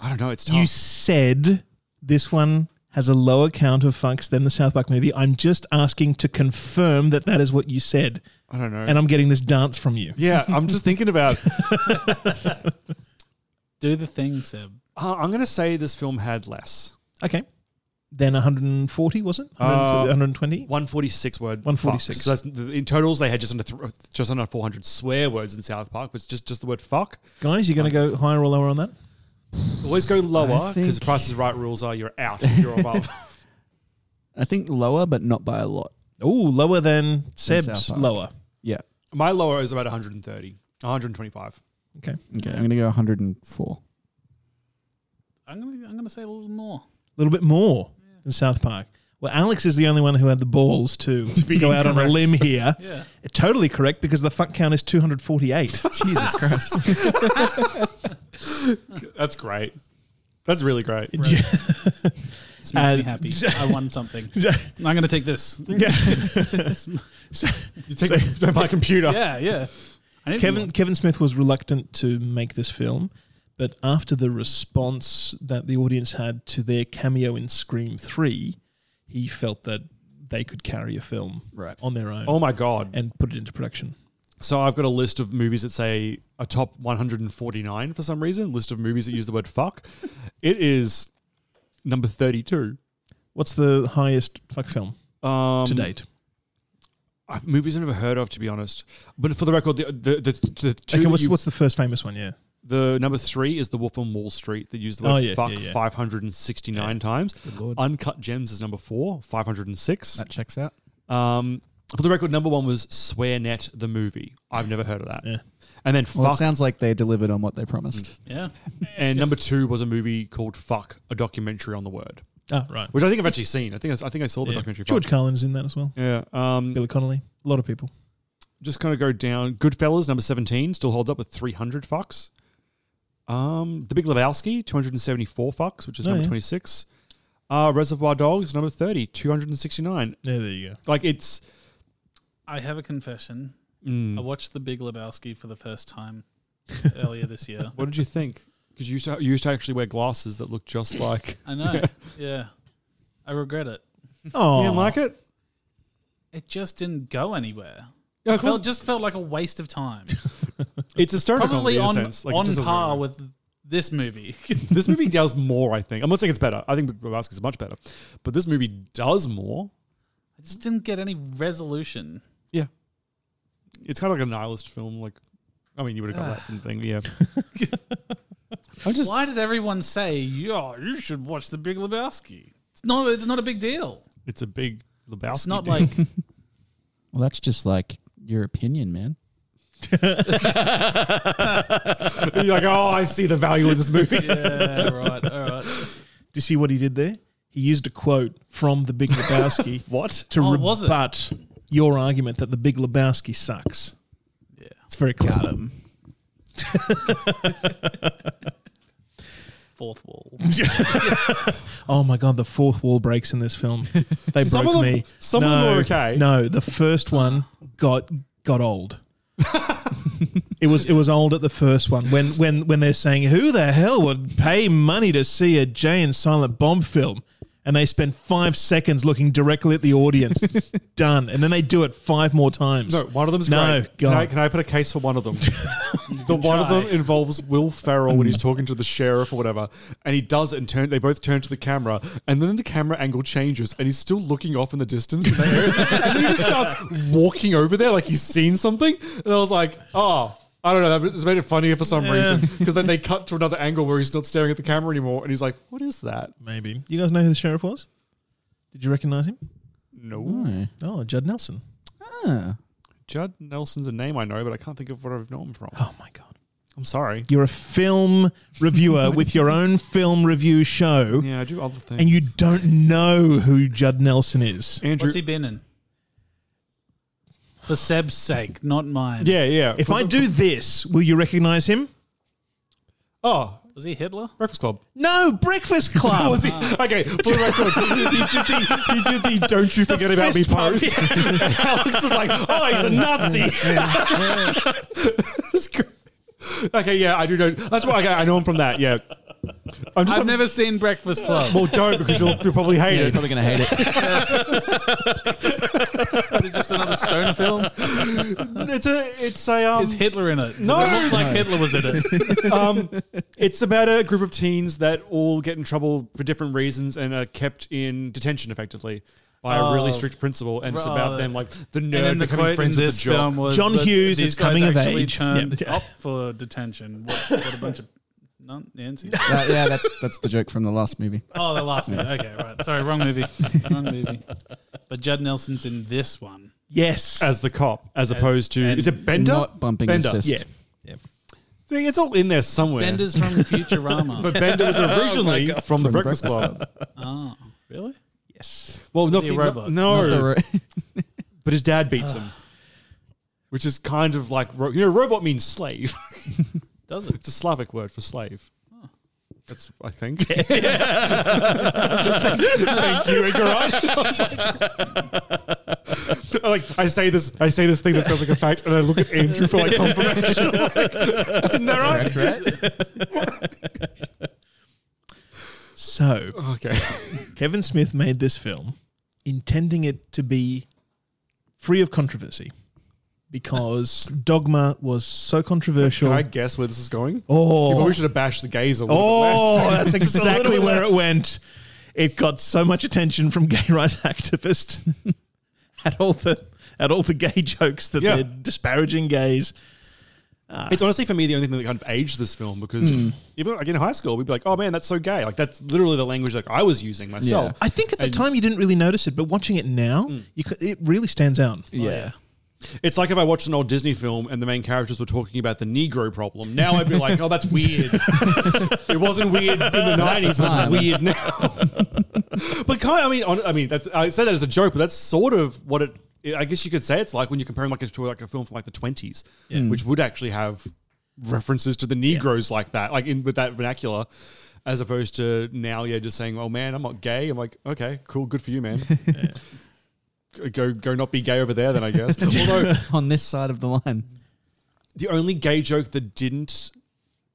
S3: I don't know. It's tough.
S5: you said this one has a lower count of fucks than the South Park movie. I'm just asking to confirm that that is what you said.
S3: I don't know.
S5: And I'm getting this dance from you.
S3: yeah, I'm just thinking about.
S13: Do the thing, Seb.
S3: Uh, I'm going to say this film had less.
S5: Okay. Then 140 was it?
S3: Uh,
S5: 120.
S3: 146 word.
S5: 146.
S3: fucks. So that's, the- in totals, they had just under th- just under 400 swear words in South Park, but it's just just the word fuck.
S5: Guys, you're going to go higher or lower on that?
S3: Always go lower because
S10: think-
S3: the Price is Right rules are you're out if you're above.
S10: I think lower, but not by a lot.
S5: Oh, lower than
S10: South
S5: Seb's
S10: Park.
S5: lower.
S10: Yeah.
S3: My lower is about 130, 125.
S5: Okay.
S10: Okay, I'm going to go 104.
S13: I'm gonna I'm gonna say a little more.
S5: a little bit more than South Park. Well, Alex is the only one who had the balls to, go out on a
S3: incorrect.
S5: limb here.
S13: Yeah.
S5: Totally correct because the fuck count is 248.
S10: Jesus Christ.
S3: That's great. That's really great.
S13: This makes
S5: Uh,
S13: me happy. I won something. I'm gonna take this.
S5: Yeah.
S3: You take so, my computer.
S13: yeah, yeah. I need
S5: Kevin
S13: more.
S5: Kevin Smith was reluctant to make this film, but after the response that the audience had to their cameo in Scream 3, he felt that they could carry a film
S10: Right.
S5: on their own
S3: Oh my god.
S5: and put it into production.
S3: So I've got a list of movies that say a top 149 for some reason. List of movies that use the word fuck. It is number 32.
S5: What's the highest fuck film
S3: Um,
S5: to date?
S3: uh, movies I've never heard of, to be honest. But for the record, the the the, the two
S5: Okay, what's,
S3: you-
S5: what's the first famous one? Yeah.
S3: the number three is The Wolf on Wall Street that used the word
S5: Oh, yeah,
S3: fuck
S5: yeah, yeah.
S3: 569 times.
S10: lord.
S3: Uncut Gems is number four, 506.
S10: That checks out.
S3: Um, for the record, number one was SwearNet the movie. I've never heard of that.
S5: Yeah.
S3: And then
S10: Well, it
S3: fuck
S10: sounds like they delivered on what they promised.
S13: Yeah.
S3: And number two was a movie called Fuck, a documentary on the word,
S5: Ah, right.
S3: which I think I've actually seen. I think I, I think I saw the
S5: Yeah.
S3: documentary.
S5: George
S3: Fuck.
S5: Carlin's in that as well.
S3: Yeah. Um,
S5: Billy Connolly. A lot of people.
S3: just kind of go down. Goodfellas, number seventeen, still holds up with three hundred fucks. Um, The Big Lebowski, two hundred and seventy-four fucks, which is
S5: Oh,
S3: number
S5: yeah.
S3: twenty-six. Uh, Reservoir Dogs, number 30, 269.
S5: Yeah, there you go.
S3: Like it's
S13: I have a confession.
S3: mm,
S13: I watched The Big Lebowski for the first time earlier this year.
S3: what did you think? Because you used, to, you used to actually wear glasses that looked just like.
S13: I know. Yeah. I regret it.
S5: Oh,
S3: You didn't like it?
S13: It just didn't go anywhere.
S3: Yeah, of
S13: It felt,
S3: course.
S13: just felt like a waste of time.
S3: It's hysterical.
S13: Probably
S3: in a
S13: on,
S3: sense. Like, it
S13: on
S3: just doesn't
S13: par
S3: really-
S13: with this movie.
S3: this movie does more, I think. I'm not saying it's better. I think Big Lebowski is much better. But this movie does more.
S13: I just didn't get any resolution.
S3: Yeah. It's kind of like a nihilist film. Like, I mean, you would have got that from the thing. Yeah. I just,
S13: Why did everyone say, "Yeah, you should watch The Big Lebowski"? It's not. It's not a big deal.
S3: it's a big Lebowski.
S13: It's not
S3: dude.
S13: like
S10: Well, that's just like your opinion, man.
S3: You're like, oh, I see the value of this movie.
S13: yeah, right, all right.
S5: Do you see what he did there? He used a quote from The Big Lebowski
S3: What?
S5: to
S13: Oh, was it?
S5: rebut your argument that The Big Lebowski sucks. Yeah, it's very clever.
S13: Fourth wall.
S5: Oh my god, the fourth wall breaks in this film. They
S3: Some
S5: broke
S3: of them-
S5: me.
S3: some of them were okay.
S5: No, the first one got got old. it was it was old at the first one when when when they're saying who the hell would pay money to see a Jay and Silent Bomb film, and they spend five seconds looking directly at the audience. Done. And then they do it five more times.
S3: No, one of them's
S5: no,
S3: great. Can I,
S5: God.
S3: can I put a case for one of them? the one of them involves Will Ferrell
S5: Mm.
S3: when he's talking to the sheriff or whatever, and he does it and turn. They both turn to the camera, and then the camera angle changes, and he's still looking off in the distance, and, they- and then he just starts walking over there like he's seen something. And I was like, oh. I don't know. That just made it funnier for some reason because then they cut to another angle where he's not staring at the camera anymore, and he's like, "What is that?"
S5: Maybe you guys know who the sheriff was? Did you recognize him?
S3: No.
S5: Oh, Judd Nelson.
S3: Judd Nelson's a name I know, but I can't think of where I've known him from. Oh my god! I'm sorry.
S5: You're a film reviewer with your own film review show.
S3: Yeah, I do other things.
S5: And you don't know who Judd Nelson is.
S13: What's he been in? For Seb's sake, not mine.
S5: If I do this, will you recognize him?
S3: Oh,
S13: was he Hitler?
S3: Breakfast Club.
S5: No, Breakfast Club.
S3: Was he- okay, for the record, he did the, he did the don't you
S5: The
S3: forget about me
S5: fist pump.
S3: pose. Alex is like, oh, he's a Nazi. It's great. okay, yeah, I do know. That's why okay, I know him from that. Yeah, I'm
S13: I've never seen Breakfast Club.
S3: Well, don't because you'll, you'll probably hate
S13: Yeah,
S3: it.
S13: you're probably gonna hate it.
S3: Is
S13: it just another stoner film?
S3: It's a. It's a. Um,
S13: Is Hitler in it?
S3: No!
S13: Does it looked like Hitler was in it.
S3: um, it's about a group of teens that all get in trouble for different reasons and are kept in detention effectively by a really
S13: Oh.
S3: strict principal, and it's
S13: Right.
S3: about them like the
S13: And
S3: nerd
S13: then the
S3: becoming
S13: quote
S3: friends
S13: in
S3: with
S13: this
S3: the jock.
S13: film was
S5: John
S13: that
S5: Hughes
S13: these
S5: is
S13: guys
S5: coming of
S13: actually
S5: age.
S13: Turned
S5: Yeah.
S13: up for detention. What, what a bunch of nun- Nancy.
S10: That- yeah, that's that's the joke from the last movie.
S13: Oh, the last movie.
S10: Yeah.
S13: Okay, right. Sorry, wrong movie. Wrong movie. But Judd Nelson's in this one.
S5: Yes,
S3: as the cop, as,
S13: As-
S3: opposed to
S13: and
S3: is it Bender?
S10: not bumping his
S3: Bender.
S10: fist.
S3: Yeah, See, it's all in there somewhere.
S13: Bender's from Futurama.
S3: but Bender was originally from the Breakfast Club.
S13: Oh, really?
S5: Yes.
S3: Well, not
S13: Is he a
S3: the-
S13: robot?
S3: No,
S10: Not the
S3: but his dad beats him, which is kind of like ro- you know, robot means slave.
S13: Does it?
S3: It's a Slavic word for slave. That's I think. thank, thank you, Igorot. I was like, I like I say this, I say this thing that sounds like a fact, and I look at Andrew for like confirmation. Like, isn't that right?
S5: So,
S3: okay.
S5: Kevin Smith made this film intending it to be free of controversy because Dogma was so controversial.
S3: Can I guess where this is going?
S5: Oh.
S3: you probably should have bashed the gays a little bit
S5: Oh,
S3: less.
S5: that's
S3: Just a little
S5: exactly
S3: bit
S5: where it
S3: less.
S5: went. It got so much attention from gay rights activists at all the at all the gay jokes that
S3: Yeah.
S5: they're disparaging gays.
S3: It's honestly for me the only thing that kind of aged this film because
S5: Mm.
S3: even like in high school we'd be like, oh man, that's so gay. Like that's literally the language like I was using myself.
S5: I think at the
S3: And- Mm.
S5: time you didn't really notice it, but watching it now, you c it really stands out.
S10: Oh,
S3: yeah. It's like if I watched an old Disney film and the main characters were talking about the Negro problem. Now I'd be like, oh, that's weird. it wasn't weird in the nineties, but it's weird now. but kind of, I mean, on, I mean, that's, I say that as a joke, but that's sort of what it. I guess you could say it's like when you're comparing like a, to like a film from like the twenties,
S5: Yeah.
S3: which would actually have references to the Negroes like that, like in with that vernacular. As opposed to now, yeah, just saying, "Oh man, I'm not gay." I'm like, "Okay, cool, good for you, man." Go, go, not be gay over there, then I guess. Although
S10: on this side of the line.
S3: the only gay joke that didn't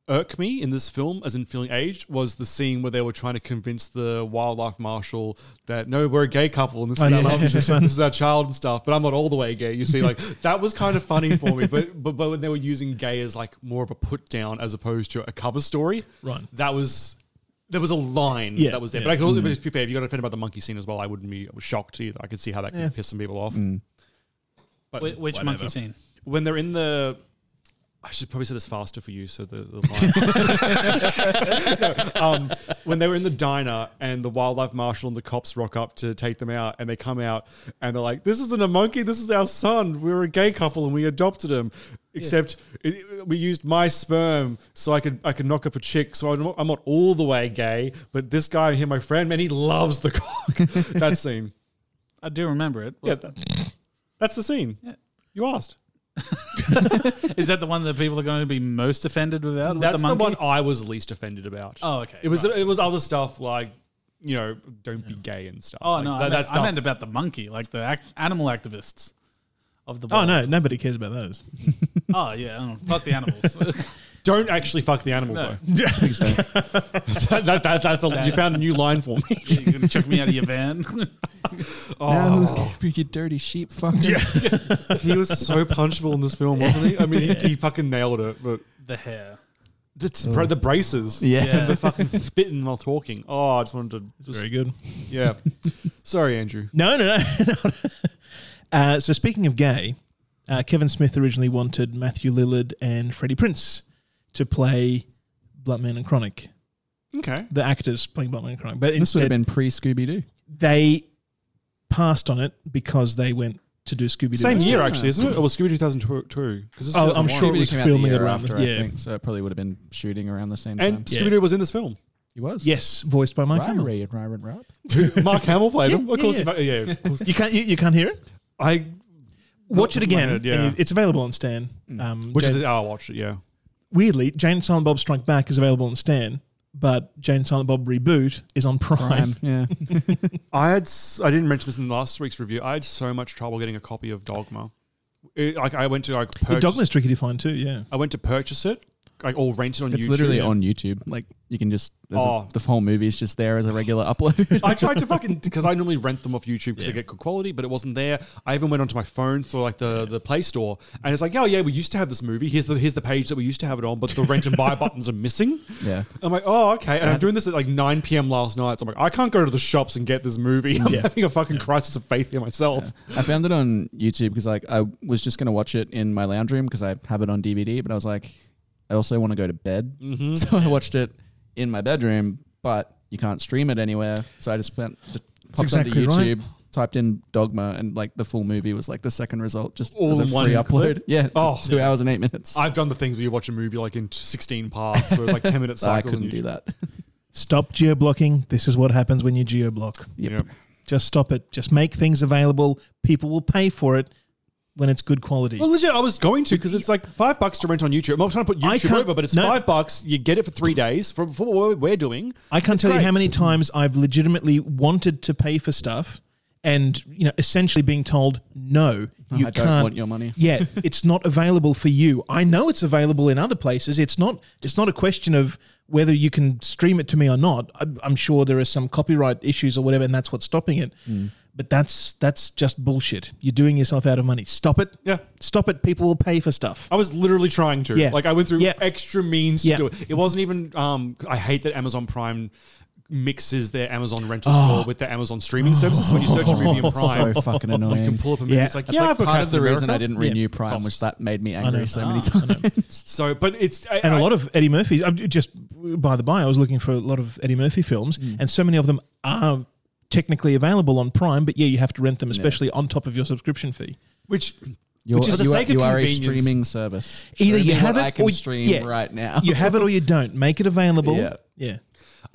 S3: irk me in this film, as in feeling aged, was the scene where they were trying to convince the wildlife marshal that no, we're a gay couple and this
S5: Oh,
S3: is,
S5: yeah.
S3: our, this is our child and stuff. But I'm not all the way gay. You see, like that was kind of funny for me. But but but when they were using gay as like more of a put down as opposed to a cover story,
S5: Right.
S3: That was. There was a line
S5: Yeah,
S3: that was there,
S5: yeah.
S3: but I could also,
S5: Mm.
S3: but to be fair, if you got offended about the monkey scene as well, I wouldn't be shocked either. I could see how that
S13: Yeah.
S3: could piss some people off. But
S13: Mm. Wh- which monkey scene?
S3: When they're in the. I should probably say this faster for you, so the, the line. um, when they were in the diner and the wildlife marshal and the cops rock up to take them out, and they come out and they're like, "This isn't a monkey. This is our son. We were a gay couple and we adopted him. Except it, we used my sperm, so I could I could knock up a chick. So I'm not, I'm not all the way gay, but this guy here, my friend, man, he loves the cock. that scene.
S13: I do remember it.
S3: Yeah, that- that's the scene. You asked.
S13: Is that the one that people are going to be most offended about? with
S3: That's
S13: the,
S3: the, one
S13: monkey?
S3: I was least offended about.
S13: Oh, okay,
S3: It was it was other stuff like you know don't be gay and stuff.
S13: Oh
S3: like, that-
S13: no, I, meant,
S3: that
S13: I
S3: stuff.
S13: meant about the monkey, like the ac- animal activists of the.
S5: Oh
S13: world.
S5: no, nobody cares about those.
S13: Oh yeah, I don't know. fuck the animals.
S3: Don't actually fuck the animals
S13: No.
S3: though. that, that, that- that's a, you found a new line for me.
S13: You're gonna chuck me out of your van.
S10: Now who's
S3: Oh.
S10: gonna be your dirty sheep fucker?
S3: he was so punchable in this film, wasn't he? I mean, he, he fucking nailed it. But
S13: the hair.
S3: That's bra- the braces.
S10: Yeah.
S13: Yeah.
S3: the fucking spitting while talking. Oh, I just wanted to. Just,
S5: Very good.
S3: Yeah. Sorry, Andrew.
S5: No, no, no. uh, so speaking of gay, uh, Kevin Smith originally wanted Matthew Lillard and Freddie Prince to play Bluntman and Chronic.
S3: Okay.
S5: The actors playing Bluntman and Chronic, but
S10: this would have been
S5: instead
S10: pre Scooby Doo.
S5: they passed on it because they went to do Scooby Doo.
S3: Same year, actually, isn't it? Or was Scooby 2002? 'Cause this is
S5: Oh,
S3: 2001.
S5: I'm sure it was filming it around.
S10: after,
S5: the,
S10: I
S5: yeah,
S10: think, so it probably would have been shooting around the same time.
S3: And Scooby Doo was in this film.
S10: He was.
S5: yes, voiced by Mike
S10: Ryan
S5: Hamill.
S10: Reed, Ryan Reed.
S3: Mark Hamill played
S5: Yeah,
S3: him. Of
S5: yeah,
S3: course,
S5: yeah.
S3: he- yeah, of course.
S5: You can't, you, you can't hear it.
S3: I
S5: Watch it
S3: in my
S5: again.
S3: head,
S5: and
S3: yeah.
S5: you- it's available on Stan.
S10: Mm.
S5: Um,
S3: which
S5: Jane-
S3: is oh, I watched it. Yeah.
S5: weirdly, Jane and Silent Bob Strike Back is available on Stan, but Jane and Silent Bob Reboot is on Prime.
S10: Prime. Yeah.
S3: I had s- I didn't mention this in last week's review. I had so much trouble getting a copy of Dogma. It- like I went to like
S5: The
S3: purchase,
S5: Dogma's tricky to find too. Yeah,
S3: I went to purchase it, like all rented on
S10: It's
S3: YouTube.
S10: literally on YouTube. Like you can just there's a-
S3: Oh.
S10: the whole movie is just there as a regular upload.
S3: I tried to fucking because I normally rent them off YouTube because they get good quality, but it wasn't there. I even went onto my phone through like the, the Play Store, and it's like, oh yeah, we used to have this movie. Here's the here's the page that we used to have it on, but the rent and buy buttons are missing.
S10: yeah.
S3: I'm like, oh okay, and I'm doing this at like 9 p.m. last night, so I'm like, I can't go to the shops and get this movie. I'm having a fucking crisis of faith here myself.
S10: I found it on YouTube because like I was just gonna watch it in my lounge room because I have it on DVD, but I was like, I also want to go to bed, so I watched it in my bedroom. But you can't stream it anywhere, so I just went just popped
S5: exactly
S10: onto
S5: right.
S10: YouTube, typed in Dogma, and like the full movie was like the second result, just
S3: All
S10: as a
S3: in one
S10: free upload.
S3: clip?
S10: Yeah, just
S3: Oh.
S10: two hours and eight minutes.
S3: I've done the things where you watch a movie like in 16 parts or like 10 minute
S10: So I
S3: cycles.
S10: couldn't do that.
S5: stop geo blocking. This is what happens when you geo block.
S10: Yep.
S5: Just stop it. Just make things available. People will pay for it when it's good quality.
S3: Well, legit, I was going to because it's like five bucks to rent on YouTube. I'm not trying to put
S5: I
S3: YouTube
S5: can't-
S3: over, but it's
S5: no.
S3: five bucks. You get it for three days for, for what we're doing.
S5: I can't
S3: It's
S5: tell
S3: great.
S5: you how many times I've legitimately wanted to pay for stuff and you know essentially being told no you
S10: I
S5: can't
S10: don't want your money.
S5: yeah it's not available for you i know it's available in other places it's not it's not a question of whether you can stream it to me or not i'm, I'm sure there are some copyright issues or whatever and that's what's stopping it
S10: Hmm.
S5: but that's that's just bullshit you're doing yourself out of money stop it
S3: Yeah.
S5: stop it people will pay for stuff
S3: I was literally trying to.
S5: Yeah.
S3: Like I went through
S5: Yeah.
S3: extra means
S5: Yeah.
S3: to do it. It wasn't even. Um, I hate that Amazon Prime mixes their Amazon rental store with their Amazon streaming services. Oh. So when you search a movie in Prime,
S10: So fucking
S3: you
S10: annoying.
S3: can pull up a movie.
S5: Yeah.
S3: It's like
S10: That's
S3: yeah,
S10: like
S3: I've got
S10: part of
S3: Captain
S10: the reason I
S3: America.
S10: didn't
S5: Yeah.
S10: renew Prime, which that made me angry
S5: know.
S10: so many times.
S3: So, but it's I-
S5: and a
S3: I-
S5: lot of Eddie Murphy's. I'm just by the by, I was looking for a lot of Eddie Murphy films,
S10: Hmm.
S5: and so many of them are technically available on Prime, but yeah, you have to rent them, especially on top of your subscription fee.
S3: which.
S10: You're,
S3: Which is the
S10: you, are,
S3: sake of
S10: you are a
S3: convenience.
S10: streaming service.
S5: Either
S10: Show
S5: you
S10: me
S5: have
S10: what
S5: it
S10: I can
S5: or
S10: stream
S5: yeah,
S10: right now.
S5: you have it or you don't. Make it available.
S10: Yeah.
S5: yeah.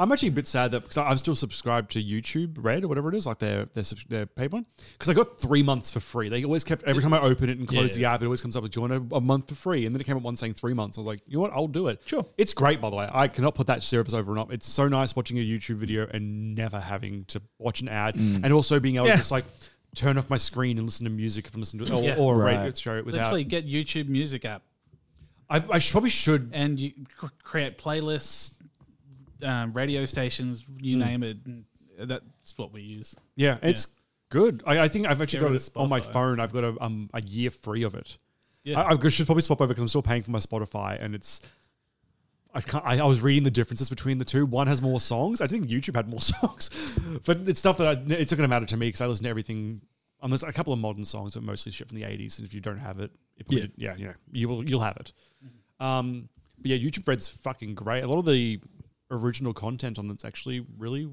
S3: I'm actually a bit sad that because I'm still subscribed to YouTube Red or whatever it is, like their their, subs- their paid one. Because I got three months for free. They always kept every time I open it and close the app, it always comes up with do you want a, a month for free? And then it came up one saying three months. I was like, you know what? I'll do it.
S5: Sure.
S3: It's great by the way. I cannot put that service over and up. It's so nice watching a YouTube video and never having to watch an ad, and also being able
S5: Yeah.
S3: to just like turn off my screen and listen to music if I'm listening to or,
S13: Yeah.
S3: or a
S10: Right.
S3: radio show without.
S13: Literally, get YouTube Music app
S3: I, I sh- probably should.
S13: and you cr- create playlists, um, radio stations,
S3: Hmm.
S13: you name it. and That's what we use.
S3: Yeah, it's good. I, I think I've actually
S13: Get
S3: got
S13: rid
S3: it
S13: of
S3: on my
S13: Spotify.
S3: phone. I've got a um a year free of it.
S13: Yeah.
S3: I, I should probably swap over because I'm still paying for my Spotify, and it's. I can't. I, I was reading the differences between the two. One has more songs. I think YouTube had more songs, but it's stuff that I, it's not going to matter to me because I listen to everything. Unless a couple of modern songs, but mostly shit from the '80s. And if you don't have it, it
S5: Yeah.
S3: yeah, you know, you will you'll have it. Um, but yeah, YouTube Red's fucking great. A lot of the original content on it's actually really,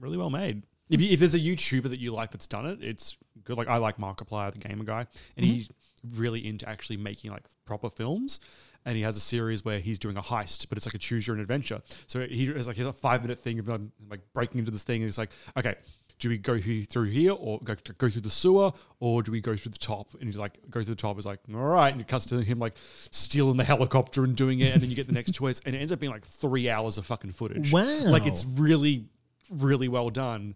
S3: really well made. If, you, if there's a YouTuber that you like that's done it, it's good. Like I like Markiplier, the gamer guy, and he's really into actually making like proper films. And he has a series where he's doing a heist, but it's like a choose your own adventure. So he has like he has a five minute thing of um, like breaking into this thing, and he's like, okay, do we go he- through here or go, go through the sewer or do we go through the top? And he's like, go through the top. He's like, all right. And it cuts to him like stealing the helicopter and doing it. And then you get the next choice. And it ends up being like three hours of fucking footage.
S5: Wow.
S3: Like it's really, really well done.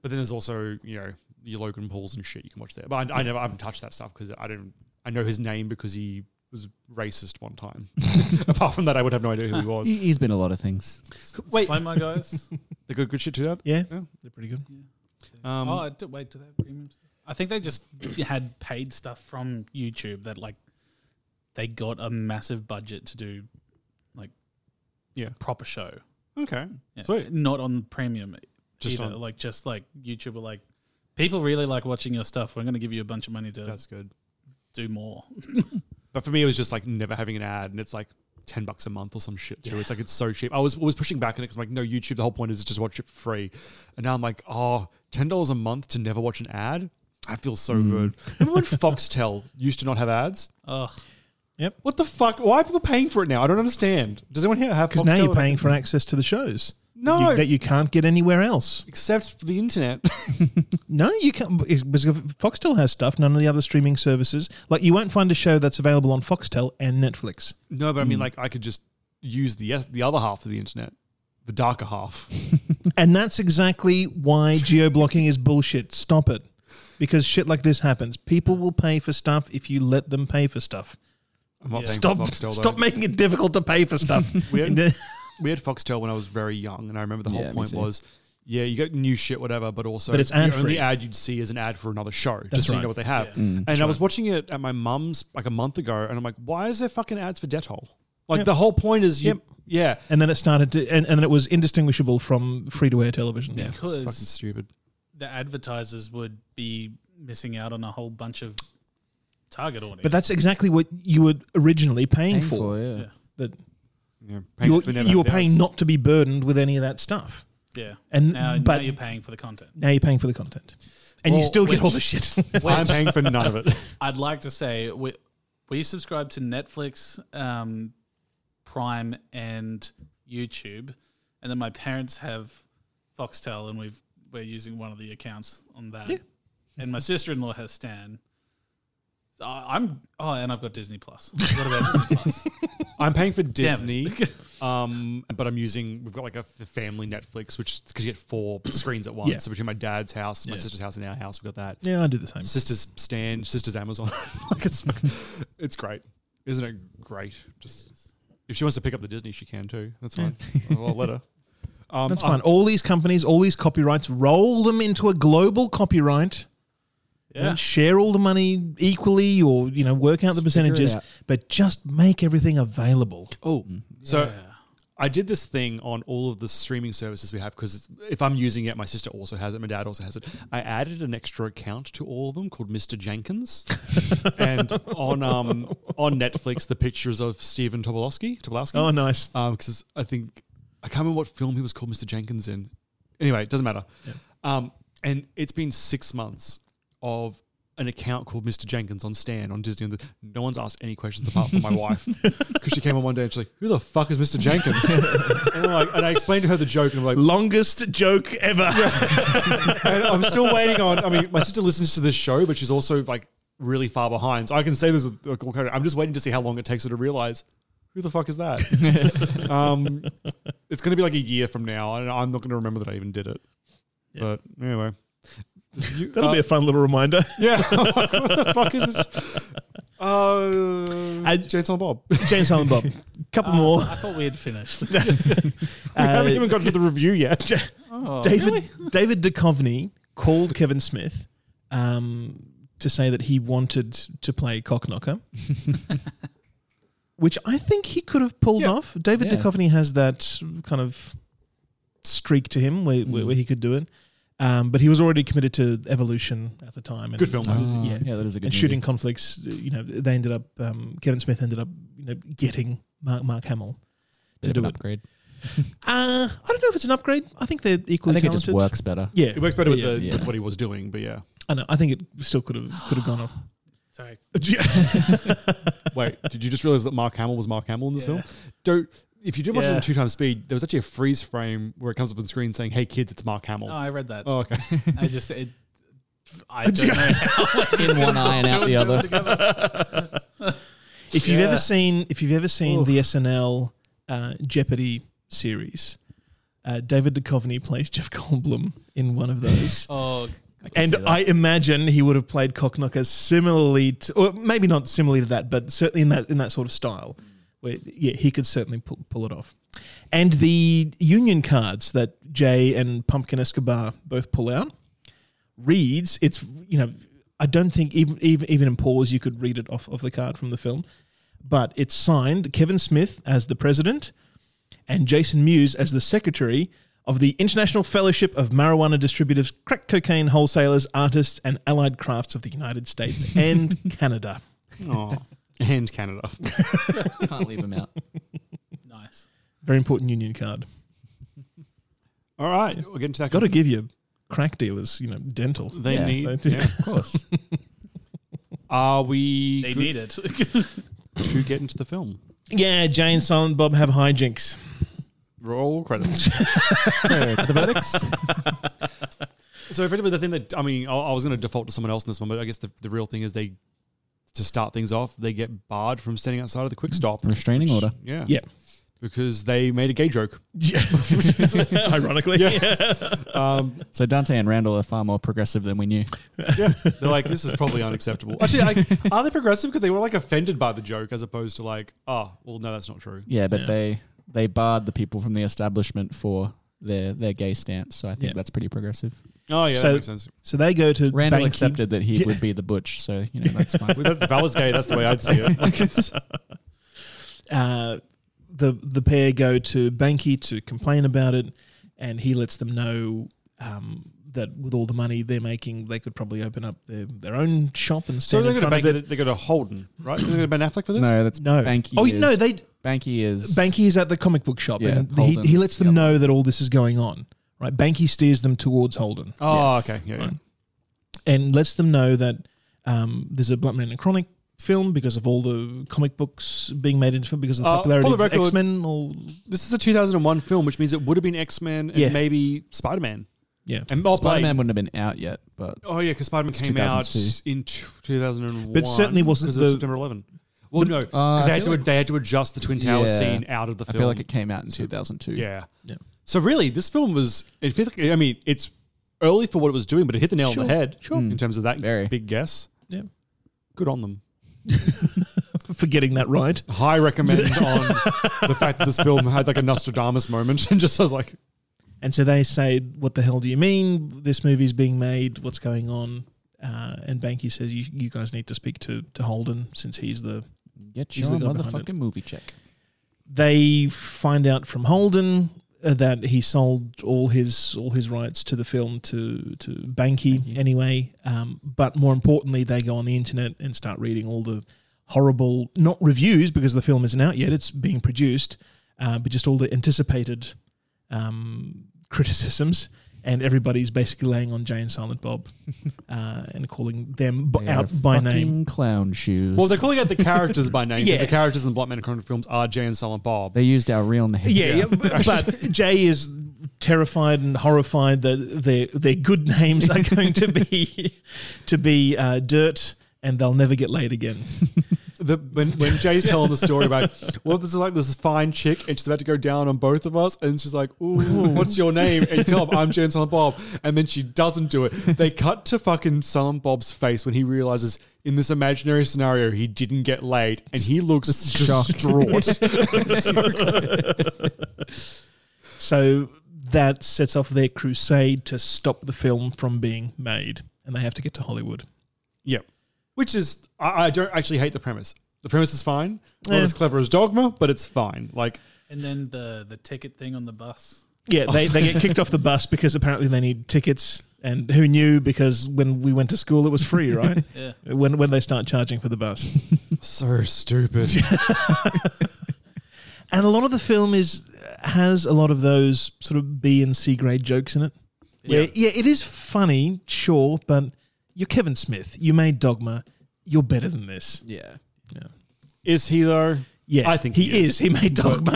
S3: But then there's also, you know, your Logan Pauls and shit you can watch there. But I, I never, I haven't touched that stuff because I don't, I know his name because he was racist one time. Apart from that, I would have no idea who he was.
S10: He- He's been a lot of things.
S3: Wait.
S13: Slow mo guys.
S3: They got good shit to that.
S5: Yeah,
S3: they're pretty good.
S13: Um,
S3: Um,
S13: oh, I d- wait, do they have premium stuff? I think they just had paid stuff from YouTube that like they got a massive budget to do like
S3: yeah
S13: proper show.
S3: Okay,
S13: Yeah.
S3: Sweet.
S13: Not on premium.
S3: Just
S13: Just either.
S3: on-
S13: like just like YouTube were like people really like watching your stuff. We're going to give you a bunch of money to
S3: That's good.
S13: Do more.
S3: But for me, it was just like never having an ad, and it's like ten bucks a month or some shit too. It's like it's so cheap. I was always pushing back on it because I'm like, no, YouTube. The whole point is just watch it for free. And now I'm like, oh, ten dollars a month to never watch an ad. I feel so
S5: Mm.
S3: good. Remember when Foxtel used to not have ads?
S13: Ugh.
S3: Yep. What the fuck? Why are people paying for it now? I don't understand. Does anyone here have?
S5: Because now
S3: Foxtel?
S5: you're paying for access to the shows.
S3: No.
S5: that you- that you can't get anywhere else
S3: except for the internet.
S5: no, you can't. it's- because Foxtel has stuff. None of the other streaming services. Like you won't find a show that's available on Foxtel and Netflix.
S3: No, but I mean,
S5: Mm.
S3: like, I could just use the the other half of the internet, the darker half.
S5: And that's exactly why geo blocking is bullshit. Stop it. Because shit like this happens. People will pay for stuff if you let them pay for stuff.
S3: I'm not paying for
S5: stop
S3: Foxtel, though.
S5: stop making it difficult to pay for stuff.
S3: we,
S5: And
S3: had,
S5: then-
S3: we had Foxtel when I was very young, and I remember the whole
S5: Yeah, me
S3: point
S5: too.
S3: was, yeah, you got new shit, whatever, but also
S5: But it's
S3: the
S5: ad-free.
S3: only ad you'd see is an ad for another show,
S5: That's
S3: just so you
S5: right.
S3: know what they have.
S5: Yeah. Mm,
S3: and
S5: that's
S3: I was watching it at my mum's like a month ago, and I'm like, why is there fucking ads for Dettol? Like
S5: Yep.
S3: the whole point is, you, yeah,
S5: and then it started to, and, and then it was indistinguishable from free to air television.
S13: Yeah.
S3: it's fucking
S13: Because
S3: stupid.
S13: the advertisers would be missing out on a whole bunch of target audience.
S5: But that's exactly what you were originally paying,
S13: Paying
S5: for.
S13: for, yeah. Yeah.
S5: That
S3: Yeah,
S5: you
S3: paying for
S5: were,
S3: never
S5: you were
S3: having
S5: paying
S3: ads.
S5: not to be burdened with any of that stuff.
S13: Yeah.
S5: And
S13: now,
S5: but
S13: now you're paying for the content.
S5: now you're paying for the content, and you
S13: Well,
S5: still get all the
S13: which-
S5: shit.
S13: which-
S3: of it.
S13: I'd like to say we we subscribe to Netflix, um, Prime, and YouTube, and then my parents have Foxtel, and we've we're using one of the accounts on that. And my sister in law has Stan. So I- I'm oh, and I've got Disney Plus. What about Disney Plus?
S3: I'm paying for
S13: Damn it.
S3: Disney, um, but I'm using. We've got like a f- family Netflix, which because you get four screens at once.
S5: Yeah.
S3: So between my dad's house, my
S5: Yeah.
S3: sister's house, and our house, we have got that.
S5: Yeah, I do the same.
S3: Sister's stand, sister's Amazon. like it's, it's great, isn't it? Great. Just if she wants to pick up the Disney, she can too. That's fine. I'll let her. Um,
S5: That's
S3: I'm-
S5: fine. all these companies, all these copyrights, roll them into a global copyright.
S13: Yeah.
S5: And share all the money equally, or you know, work out the percentages,
S3: out.
S5: but just make everything available.
S3: Oh, So I did this thing on all of the streaming services we have because if I'm using it, my sister also has it, my dad also has it. I added an extra account to all of them called Mr. Jenkins, and on um on Netflix the pictures of Stephen Tobolowsky. Tobolowsky.
S5: Oh, nice.
S3: Because Um, I think I can't remember what film he was called Mr. Jenkins in. Anyway, it doesn't matter. Um, and it's been six months of an account called Mr. Jenkins on Stan on Disney. And the- No one's asked any questions apart from my wife because she came on one day and she's like, "Who the fuck is Mr. Jenkins?" and, I'm like, and I explained to her the joke and I'm like,
S5: "Longest joke ever."
S3: and I'm still waiting on. I mean, my sister listens to this show, but she's also like really far behind. So I can say this with like, all kind of- I'm just waiting to see how long it takes her to realize who the fuck is that. um, it's going to be like a year from now, and I'm not going to remember that I even did it. But anyway, You-
S5: That'll be a fun little reminder.
S3: Yeah, what the fuck is this? Uh, James and Bob.
S5: James Helen Bob. Couple more.
S13: I thought we had finished.
S3: We haven't even gotten to the review yet.
S13: Oh,
S5: Uh, David David Duchovny called Kevin Smith um, to say that he wanted to play Cockknocker, which I think he could have pulled off. David
S10: Yeah.
S5: Duchovny has that kind of streak to him where, where, where he could do it. Um, but he was already committed to Evolution at the time. And,
S3: Good film, though.
S5: uh,
S3: Ah,
S5: yeah.
S3: yeah, that is a good
S5: And shooting
S3: movie.
S5: conflicts, you know, they ended up. Um, Kevin Smith ended up, you know, getting Mark, Mark Hamill
S10: Bit
S5: to
S10: of
S5: do
S10: an
S5: it.
S10: upgrade.
S5: Uh, I don't know if it's an upgrade. I think they're equally.
S10: I think it just
S5: talented.
S10: works better.
S5: Yeah,
S3: It works better with,
S5: Yeah.
S3: the, with
S10: Yeah.
S3: what he was doing, but yeah.
S5: I know. I think it still could have could have gone off.
S13: Sorry.
S3: Wait, did you just realize that Mark Hamill was Mark Hamill in this film? Don't. If you do watch it
S13: Yeah.
S3: in two times speed, there was actually a freeze frame where it comes up on the screen saying, "Hey kids, it's Mark Hamill."
S13: No, I read that.
S3: Oh, okay.
S13: I just it. I don't know. how I just
S10: In one eye and out
S13: put
S10: the
S13: two
S10: other.
S13: two together.
S5: If you've
S13: Yeah.
S5: ever seen, if you've ever seen the SNL uh, Jeopardy series, uh, David Duchovny plays Jeff Goldblum in one of those.
S13: Oh can
S5: And
S13: see that.
S5: I imagine he would have played Cockknocker similarly, to, or maybe not similarly to that, but certainly in that in that sort of style. Where, yeah, he could certainly pull, pull it off. And the union cards that Jay and Pumpkin Escobar both pull out reads. It's you know, I don't think even even even in pause you could read it off of the card from the film, but it's signed Kevin Smith as the president, and Jason Mewes as the secretary of the International Fellowship of Marijuana Distributors, Crack Cocaine Wholesalers, Artists, and Allied Crafts of the United States and Canada.
S3: Oh, and Canada.
S10: Can't leave him out.
S13: Nice.
S5: Very important union card.
S3: All right, we'll get into that.
S5: Got to give you crack dealers, you know, dental.
S3: They need,
S5: do.
S3: yeah, of course. Are we?
S13: They
S3: good
S13: need it.
S3: to get into the film.
S5: yeah, Jay and Silent Bob have hijinks.
S3: Roll credits. the verdicts. so effectively, the thing that I mean, I, I was going to default to someone else in this one, but I guess the, the real thing is they to start things off, they get barred from standing outside of the quick stop
S10: Restraining order.
S3: Yeah,
S5: Yeah.
S3: because they made a gay joke.
S5: Ironically.
S3: Um,
S10: So Dante and Randall are far more progressive than we knew.
S3: They're like, this is probably unacceptable. Actually, like, are they progressive because they were like offended by the joke as opposed to like, oh, well, no, that's not true.
S10: Yeah, but they they barred the people from the establishment for their their gay stance. So I think
S5: Yeah.
S10: that's pretty progressive.
S3: Oh yeah,
S5: So-
S3: that makes sense.
S5: So they go to
S10: Randall
S5: Banksy-
S10: accepted that he
S5: Yeah.
S10: would be the butch, so you know that's fine.
S3: Well, If I was gay, that's the way I'd see it. Like it's,
S5: uh, the the pair go to Banky to complain about it, and he lets them know um, that with all the money they're making, they could probably open up their, their own shop and
S3: so
S5: stand
S3: they're
S5: in
S3: going to
S5: front
S3: bank.
S5: of it.
S3: They're going to Holden, right? They're going to Ben Affleck for this.
S10: No, that's
S5: No.
S10: Banky.
S5: Oh,
S10: is,
S5: no, they
S10: Banky is
S5: Banky is at the comic book shop,
S10: Yeah,
S5: and he,
S10: Holden's
S5: he lets them
S10: the
S5: know that all this is going on. Right, Banky steers them towards Holden.
S3: Oh,
S10: Yes.
S3: okay, yeah, yeah.
S5: and lets them know that um, there's a Blunt Man and Chronic film because of all the comic books being made into film because of the
S3: Uh, for the
S5: popularity
S3: record-
S5: of X Men or
S3: This is a 2001 film, which means it would have been X Men and
S5: Yeah.
S3: maybe Spider Man.
S5: yeah.
S3: And oh,
S10: Spider Man wouldn't have been out yet, but
S3: Oh yeah, because Spider Man came out
S10: 2002.
S3: in t- 2001,
S5: But certainly wasn't
S3: because
S5: the-
S3: of September 11. Well, no, because
S10: Uh, I
S3: they had to
S10: feel like-
S3: they had to adjust the Twin Towers
S10: Yeah.
S3: scene out of the
S10: I
S3: film.
S10: feel like it came out in 2002.
S3: yeah.
S5: Yeah.
S3: So really, this film was. It feels like, I mean, it's early for what it was doing, but it hit the nail
S5: Sure,
S3: on the head
S5: sure.
S3: in terms of that
S10: Very.
S3: big guess.
S5: Yeah.
S3: Good on them.
S5: for getting that right.
S3: High recommend on the fact that this film had like a Nostradamus moment, and just I was like,
S5: And so they say, "What the hell do you mean? This movie's being made. What's going on?" Uh, and Banky says, you, "You guys need to speak to to Holden since he's the."
S10: Get
S5: He's
S10: your
S5: the guy behind it.
S10: motherfucking movie check.
S5: They find out from Holden uh, that he sold all his all his rights to the film to to Banky anyway. Um, but more importantly, they go on the internet and start reading all the horrible not reviews because the film isn't out yet; it's being produced, uh, but just all the anticipated um, criticisms, and everybody's basically laying on Jay and Silent Bob uh, and calling them b-
S10: They are
S5: out by
S10: fucking
S5: name.
S10: clown shoes.
S3: well, they're calling out the characters by name because
S5: Yeah.
S3: the characters in the Black Man and Chronic films are Jay and Silent Bob.
S10: they used our real names.
S5: Yeah, yeah, but but Jay is terrified and horrified that their their good names are going to be to be uh, dirt, and they'll never get laid again.
S3: The, when, when Jay's telling the story about, well, this is like this fine chick, and she's about to go down on both of us, and she's like, ooh, what's your name? And you tell him, I'm Jay and Silent Bob. And then she doesn't do it. They cut to fucking Silent Bob's face when he realizes in this imaginary scenario he didn't get laid, and he looks
S10: shocked.
S3: distraught.
S5: So that sets off their crusade to stop the film from being made, and they have to get to Hollywood.
S3: yeah. Which is, I, I don't actually hate the premise. The premise is fine. Not
S5: Yeah.
S3: as clever as Dogma, but it's fine. Like,
S13: and then the the ticket thing on the bus.
S5: Yeah, they, they get kicked off the bus because apparently they need tickets. And who knew? Because when we went to school, it was free, right?
S13: Yeah.
S5: When when they start charging for the bus,
S3: so stupid.
S5: and a lot of the film is has a lot of those sort of B and C grade jokes in it. Where, yeah, it is funny, sure, but you're Kevin Smith. You made Dogma. You're better than this.
S10: yeah.
S3: is he, though?
S5: Yeah,
S3: I think
S5: he,
S3: he
S5: is. He made Dogma.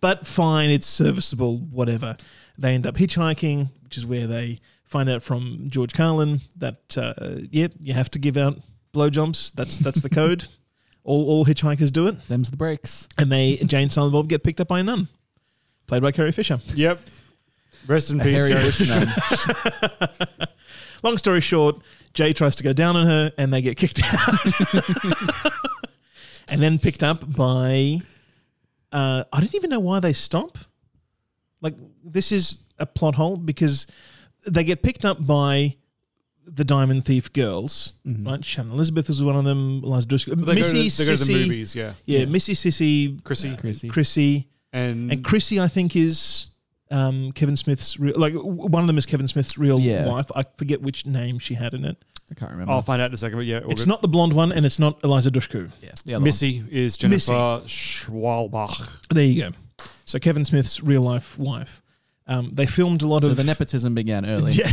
S5: but fine, it's serviceable. Whatever. They end up hitchhiking, which is where they find out from George Carlin that uh, yeah, you have to give out blowjobs. That's that's the code. All all hitchhikers do it,
S10: Them's the breaks.
S5: and they Jane Silent Bob get picked up by a nun, played by Carrie Fisher.
S3: Yep. Rest in
S5: a
S3: peace,
S5: hairy
S3: Jay.
S5: bush gnome. Long story short, Jay tries to go down on her, and they get kicked out, and then picked up by. Uh, I don't even know why they stop. Like this is a plot hole because they get picked up by the diamond thief girls, right? Shannon Elizabeth is one of them. Eliza Dushku,
S3: Mm-hmm. They go to-
S5: Missy,
S3: they go to the
S5: Sissy-
S3: movies, yeah.
S5: yeah,
S3: Yeah.
S5: Missy, Sissy, Chrissy, Chrissy, and
S3: Mm.
S5: and Chrissy, I think is um, Kevin Smith's real, like w- one of them is Kevin Smith's real
S3: Yeah.
S5: wife. I forget which name she had in it.
S10: I can't remember.
S3: I'll find out in a second, but yeah, all
S5: It's
S3: good.
S5: not the blonde one, and it's not Eliza Dushku.
S3: Yeah, Missy is
S5: Missy.
S3: Jennifer Schwalbach.
S5: There you go. So Kevin Smith's real life wife. Um, they filmed a lot
S10: So
S5: of
S10: the nepotism began early.
S5: Yeah.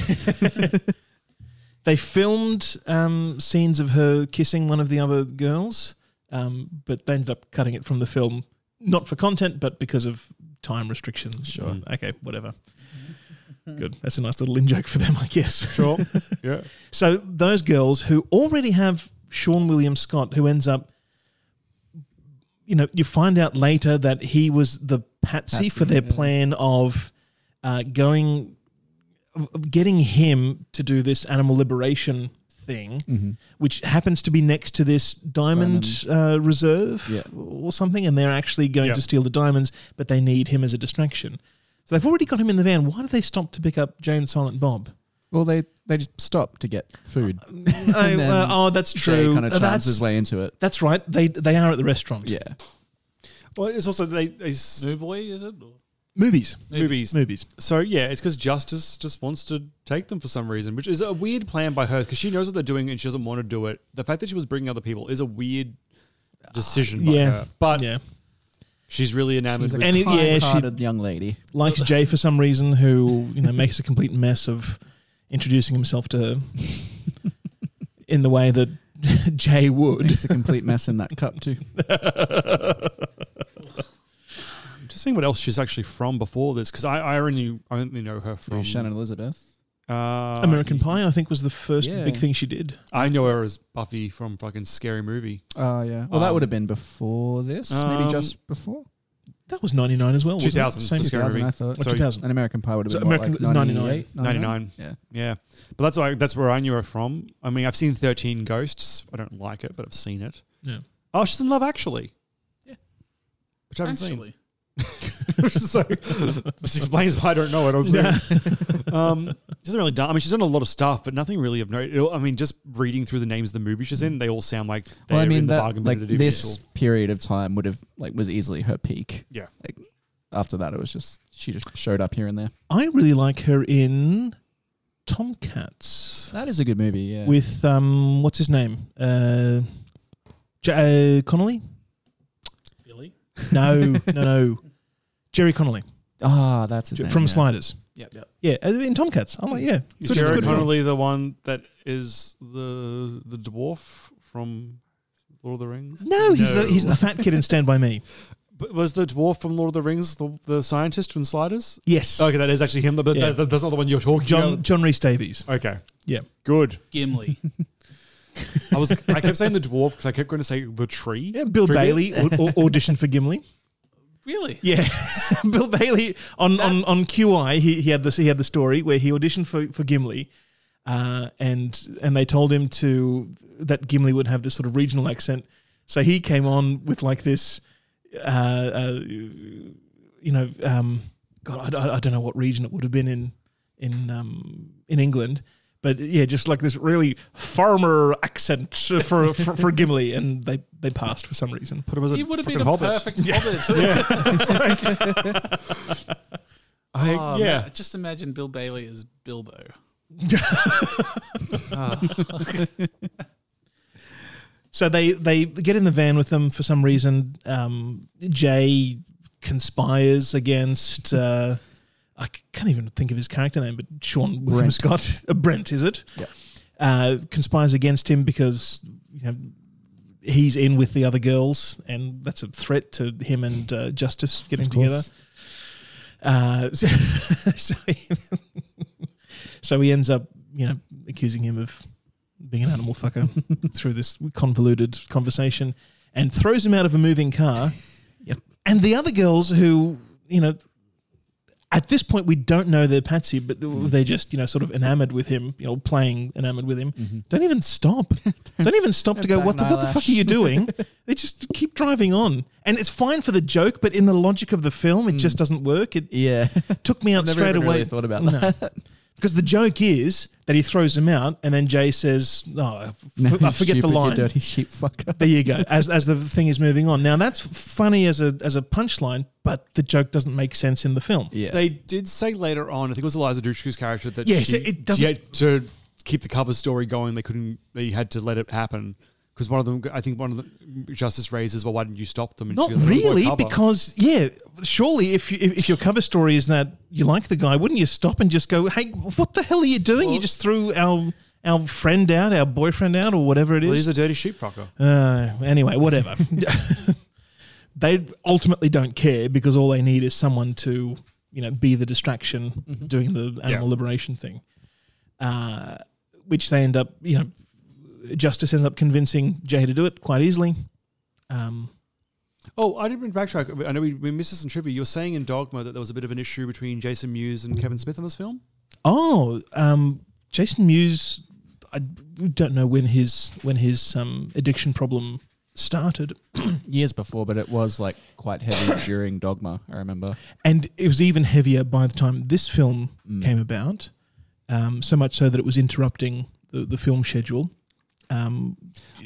S5: they filmed um, scenes of her kissing one of the other girls, um, but they ended up cutting it from the film, not for content, but because of time restrictions. Sure. Okay, whatever. Good. That's a nice little in joke for them, I guess.
S3: Sure. Yeah.
S5: so those girls who already have Sean William Scott, who ends up, you know, you find out later that he was the patsy,
S10: Patsy,
S5: for their
S10: yeah.
S5: plan of uh, going, of- of getting him to do this animal liberation thing,
S10: Mhm.
S5: which happens to be next to this diamond, Uh, reserve
S10: Yeah.
S5: or something, and they're actually going
S10: Yeah.
S5: to steal the diamonds, but they need him as a distraction. So they've already got him in the van. Why do they stop to pick up Jane Silent Bob?
S10: Well, they they just stop to get food.
S5: Oh, uh, oh, that's true.
S10: kind of
S5: Uh,
S10: charms
S5: that's-
S10: his way into it.
S5: That's right. They they are at the restaurant.
S10: Yeah.
S3: Well, it's also they, they New Boy, is it?
S5: Movies.
S3: Movies.
S5: Movies.
S3: So yeah, it's because Justice just wants to take them for some reason, which is a weird plan by her because she knows what they're doing and she doesn't want to do it. The fact that she was bringing other people is a weird decision by
S5: Yeah.
S3: her. uh, But
S5: yeah.
S3: she's really enamored with
S5: And it- yeah, she
S10: young lady
S5: likes Jay for some reason, who you know makes a complete mess of introducing himself to her in the way that Jay would.
S10: Makes a complete mess in that cup too.
S3: I'm just seeing what else she's actually from before this because I, I only I only know her from
S10: Shannon Elizabeth.
S3: Uh,
S5: American Pie, I think, was the first
S10: Yeah.
S5: big thing she did.
S3: I know her as Buffy from fucking Scary Movie.
S10: Oh yeah. Well, that
S3: Um,
S10: would have been before this, maybe
S3: um,
S10: just before.
S5: That was ninety nine as well. wasn't it?
S3: 2000
S5: Same
S3: for Scary
S5: year.
S10: 2000, I thought.
S5: Or
S10: So-
S5: 2000.
S10: An American Pie would have
S5: So
S10: been what, like
S5: 99.
S3: 99.
S10: Yeah.
S3: Yeah. But that's why that's where I knew her from. I mean, I've seen 13 Ghosts. I don't like it, but I've seen it.
S5: Yeah.
S3: Oh, she's in Love Actually.
S10: Yeah.
S3: Which I haven't
S13: Actually.
S3: seen. so this explains why I don't know it. I was
S13: Yeah.
S3: thinking. um, she hasn't really done. I mean, she's done a lot of stuff, but nothing really of note. It'll- I mean, just reading through the names of the movies she's in, they all sound like they're
S10: Well, I
S3: in
S10: mean
S3: the
S10: that
S3: bargain
S10: like
S3: bin at
S10: this
S3: Universal.
S10: period of time would have like was easily her peak.
S3: Yeah.
S10: Like after that, it was just she just showed up here and there.
S5: I really like her in Tomcats.
S10: That is a good movie. Yeah.
S5: with um, what's his name? Uh, J- uh, Connolly?
S13: Billy?
S5: No, no, no. Jerry Connolly
S10: ah, that's his
S5: J-
S10: name,
S5: from
S10: yeah.
S5: Sliders.
S10: Yep, yep.
S5: Yeah, uh, in Tomcats. I'm like, yeah.
S3: Is
S5: it's a
S3: Jared
S5: good film.
S3: Connolly the one that is the the dwarf from Lord of the Rings?
S5: No, he's the he's the fat kid in Stand by Me.
S3: But was the dwarf from Lord of the Rings the, the scientist from Sliders?
S5: Yes.
S3: Okay, that is actually him. But
S5: Yeah.
S3: that, that, that's not the one you're talking
S5: John
S3: about.
S5: John Rhys Davies.
S3: Okay,
S5: Yeah.
S3: good.
S13: Gimli.
S3: I was I kept saying the dwarf because I kept going to say the tree.
S5: Yeah, Bill
S3: Tree.
S5: Bailey au- au- auditioned for Gimli.
S13: really?
S5: Yeah, Bill Bailey on, on, on QI. He, he had this. He had the story where he auditioned for for Gimli, uh, and and they told him to that Gimli would have this sort of regional accent. So he came on with like this, uh, uh, you know, um, God, I, I- I don't know what region it would have been in in um, in England. But yeah, just like this really farmer accent for, for, for Gimli, and they, they passed for some reason.
S3: Put him as a
S13: He would have been
S3: fucking
S13: a
S3: hobbit.
S13: perfect hobbit.
S3: I,
S5: Ah,
S13: Oh,
S3: yeah,
S13: man, just imagine Bill Bailey as Bilbo.
S5: So they they get in the van with them for some reason. Um, Jay conspires against. Uh, I c- can't even think of his character name, but Sean William
S10: Brent.
S5: Scott uh, Brent is it?
S10: Yeah.
S5: Uh, conspires against him because you know he's in with the other girls, and that's a threat to him and uh, Justice getting
S10: Of course.
S5: together. Uh, so, so, he, so he ends up, you know, accusing him of being an animal fucker through this convoluted conversation and throws him out of a moving car.
S10: Yep.
S5: And the other girls who, you know, at this point, we don't know they're Patsy, but
S10: Mm-hmm.
S5: they're just you know sort of enamored with him, you know, playing enamored with him. Don't even stop. don't even stop to go.
S10: Mm-hmm. Don't
S5: What the,
S10: bat an
S5: what the
S10: eyelash."
S5: fuck are you doing? they just keep driving on, and it's fine for the joke, but in the logic of the film, it
S10: Mm.
S5: just doesn't work. It
S10: yeah
S5: took me out
S10: Never
S5: straight
S10: even
S5: away.
S10: really thought about
S5: No.
S10: that.
S5: Because the joke is that he throws him out, and then Jay says, "Oh, I f- I forget
S10: stupid,
S5: the
S10: you
S5: line."
S10: dirty sheep fucker.
S5: There you go. As as the thing is moving on. Now that's funny as a as a punchline, but the joke doesn't make sense in the film.
S3: They did say later on, I think it was Eliza Dushku's character that
S5: Yes,
S3: she,
S5: it doesn't-
S3: she had to keep the cover story going. They couldn't. They had to let it happen because one of them, I think, one of the justice raises. Well, why didn't you stop them? And
S5: Not
S3: she goes, "I don't want
S5: really,
S3: cover."
S5: because yeah, surely if you, if, if your cover story is that you like the guy, wouldn't you stop and just go, "Hey, what the hell are you doing? you just threw our our friend out, our boyfriend out, or whatever it is."
S3: well, he's a dirty sheep fucker.
S5: Uh, anyway, whatever. they ultimately don't care because all they need is someone to, you know, be the distraction doing the animal liberation thing, uh, which they end up, you know, justice ends up convincing Jay to do it quite easily. Um,
S3: Oh, I didn't mean to backtrack. I know we, we missed this in trivia. You're saying in Dogma that there was a bit of an issue between Jason Mewes and Kevin Smith in this film.
S5: oh, um, Jason Mewes, I don't know when his when his um, addiction problem started.
S10: Years before, but it was like quite heavy during Dogma. I remember.
S5: and it was even heavier by the time this film
S10: Mm.
S5: came about. Um, so much so that it was interrupting the, the film schedule. Um,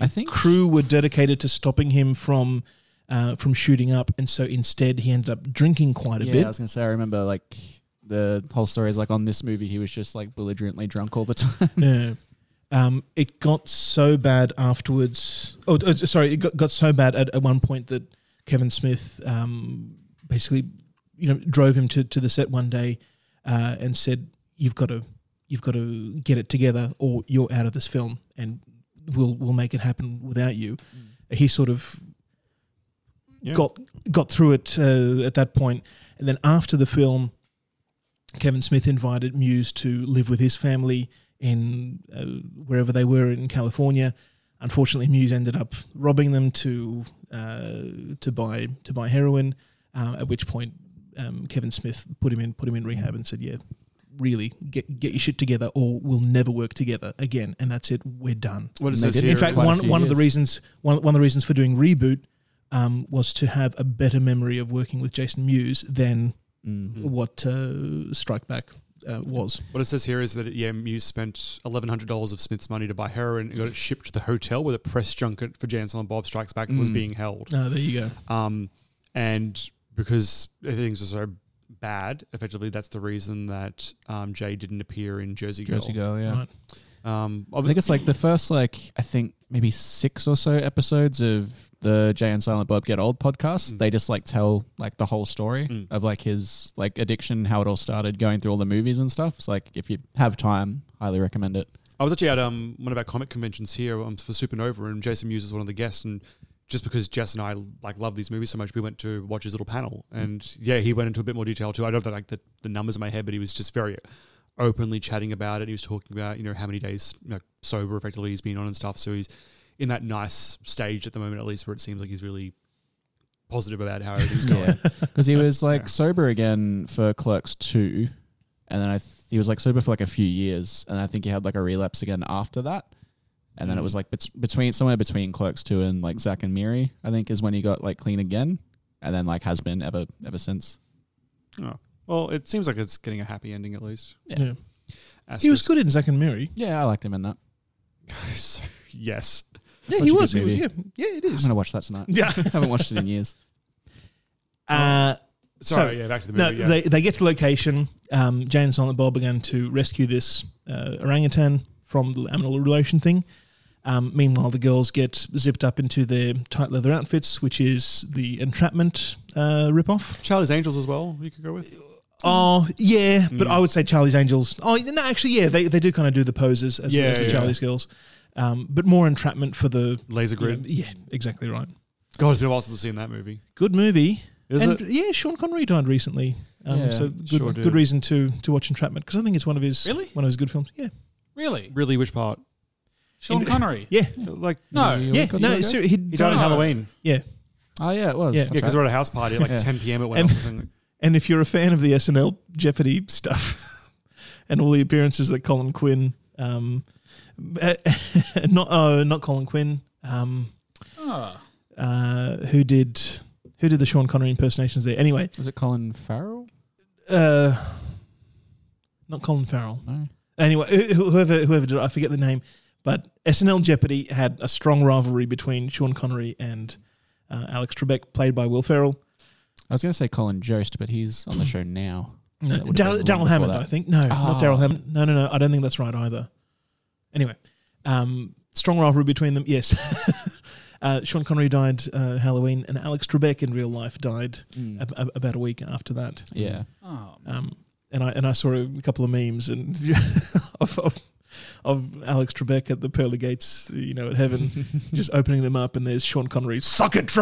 S10: I think
S5: crew were dedicated to stopping him from uh, from shooting up, and so instead he ended up drinking quite a
S10: yeah,
S5: bit.
S10: I was gonna say. I remember like the whole story is like on this movie, he was just like belligerently drunk all the time.
S5: Yeah. Um, it got so bad afterwards. Oh, uh, sorry, it got, got so bad at, at one point that Kevin Smith um, basically, you know, drove him to, to the set one day uh, and said, "You've got to, you've got to get it together, or you're out of this film, and we'll we'll make it happen without you." He sort of
S3: Yeah.
S5: got got through it uh, at that point, and then after the film, Kevin Smith invited Muse to live with his family in uh, wherever they were in California. Unfortunately, Muse ended up robbing them to uh, to buy to buy heroin. Uh, at which point, um, Kevin Smith put him in put him in rehab and said, "Yeah, really, get get your shit together, or we'll never work together again." And that's it. We're done.
S3: What is
S5: And they
S3: this
S5: did.
S3: here?
S5: In fact,
S3: Quite a
S5: one
S3: few
S5: one of the
S3: years.
S5: reasons one one of the reasons for doing reboot um, was to have a better memory of working with Jason Mewes than
S10: Mm-hmm.
S5: what uh, Strike Back uh, was.
S3: What it says here is that yeah, Muse spent eleven hundred dollars of Smith's money to buy heroin and got it shipped to the hotel where the press junket for Jansen and Bob Strikes Back was
S5: Mm.
S3: being held.
S5: Oh, there you
S3: go. Um, and because things are so bad, effectively, that's the reason that um, Jay didn't appear in Jersey Girl.
S10: Jersey Girl, Oh, yeah. Right.
S3: Um,
S10: I think it's like the first like I think maybe six or so episodes of the Jay and Silent Bob Get Old podcast. They just like tell like the whole story of like his like addiction, how it all started, going through all the movies and stuff. It's like if you have time, highly recommend it.
S3: I was actually at um, one of our comic conventions here um, for Supernova, and Jason Mewes is one of the guests. And just because Jess and I like love these movies so much, we went to watch his little panel.
S10: Mm.
S3: And yeah, he went into a bit more detail too. I don't have like the, the numbers in my head, but he was just very openly chatting about it. He was talking about you know how many days you know, sober effectively he's been on and stuff. So he's in that nice stage at the moment, at least, where it seems like he's really positive about how everything's going.
S10: because he was like sober again for Clerks two, and then I th- he was like sober for like a few years, and I think he had like a relapse again after that, and then it was like bet- between somewhere between Clerks two and like Zack and Miri, I think is when he got like clean again, and then like has been ever ever since.
S3: Oh. Well, it seems like it's getting a happy ending at least.
S5: Yeah. He was good in Zack and Mary.
S10: Yeah, I liked him in that.
S3: yes.
S5: Yeah,
S10: Such
S5: he
S10: a good
S5: was. He was-
S10: movie.
S5: yeah, yeah, it
S10: I'm
S5: is.
S10: gonna watch that tonight.
S5: Yeah.
S10: haven't watched it in years.
S5: Uh,
S3: Sorry, yeah, back to the
S5: no,
S3: movie, yeah.
S5: they, they get to location. Um, Jane and Silent Bob began to rescue this uh, orangutan from the animal relation thing. Um, meanwhile, the girls get zipped up into their tight leather outfits, which is the entrapment uh, ripoff.
S3: Charlie's Angels as well. You could go with.
S5: Oh yeah, but
S3: Mm.
S5: I would say Charlie's Angels. Oh no, actually, yeah, they, they do kind of do the poses as,
S3: Yeah,
S5: as the
S3: yeah.
S5: Charlie's Girls, um, but more entrapment for the
S3: Laser
S5: you know,
S3: grid.
S5: yeah, exactly right.
S3: God, it's been a while since I've seen that movie.
S5: Good movie.
S3: Is
S5: and
S3: it?
S5: yeah, Sean Connery died recently. Um,
S3: Yeah,
S5: so good,
S3: sure did.
S5: good reason to to watch Entrapment because I think it's one of his
S13: Really?
S5: one of his good films. Yeah,
S13: Really?
S3: Really, which part?
S13: Sean
S5: In-
S13: Connery.
S5: Yeah,
S3: like
S13: No.
S5: yeah, no, it's ser- he
S3: He died on Halloween.
S5: Yeah,
S10: Oh yeah, it was.
S5: Yeah.
S10: That's
S3: Yeah, because
S10: right.
S3: we're at a house party at like
S10: Yeah.
S3: 10 p.m. It went
S5: And-
S3: off. or something.
S5: And if you're a fan of the SNL Jeopardy stuff and all the appearances that Colin Quinn, um, not oh, not Colin Quinn, um,
S13: Ah.
S5: uh, who did who did the Sean Connery impersonations there? Anyway,
S10: was it Colin Farrell?
S5: Uh, not Colin Farrell.
S10: No.
S5: Anyway, wh- wh- whoever whoever did it, I forget the name, but SNL Jeopardy had a strong rivalry between Sean Connery and uh, Alex Trebek, played by Will Ferrell.
S10: I was going to say Colin Jost, but he's on the show now.
S5: No,
S10: That would've been
S5: Daryl
S10: the one
S5: Daryl
S10: before
S5: Hammond,
S10: that.
S5: I think. No, not
S10: Ah.
S5: Daryl Hammond. No, no, no. I don't think that's right either. Anyway, um, strong rivalry between them. Yes. uh, Sean Connery died uh, Halloween, and Alex Trebek in real life died
S10: Mm.
S5: ab- ab- about a week after that.
S10: Yeah.
S13: Oh,
S5: um, and I and I saw a couple of memes and of, of of Alex Trebek at the pearly gates, you know, at heaven, just opening them up, and there's Sean Connery. Suck it,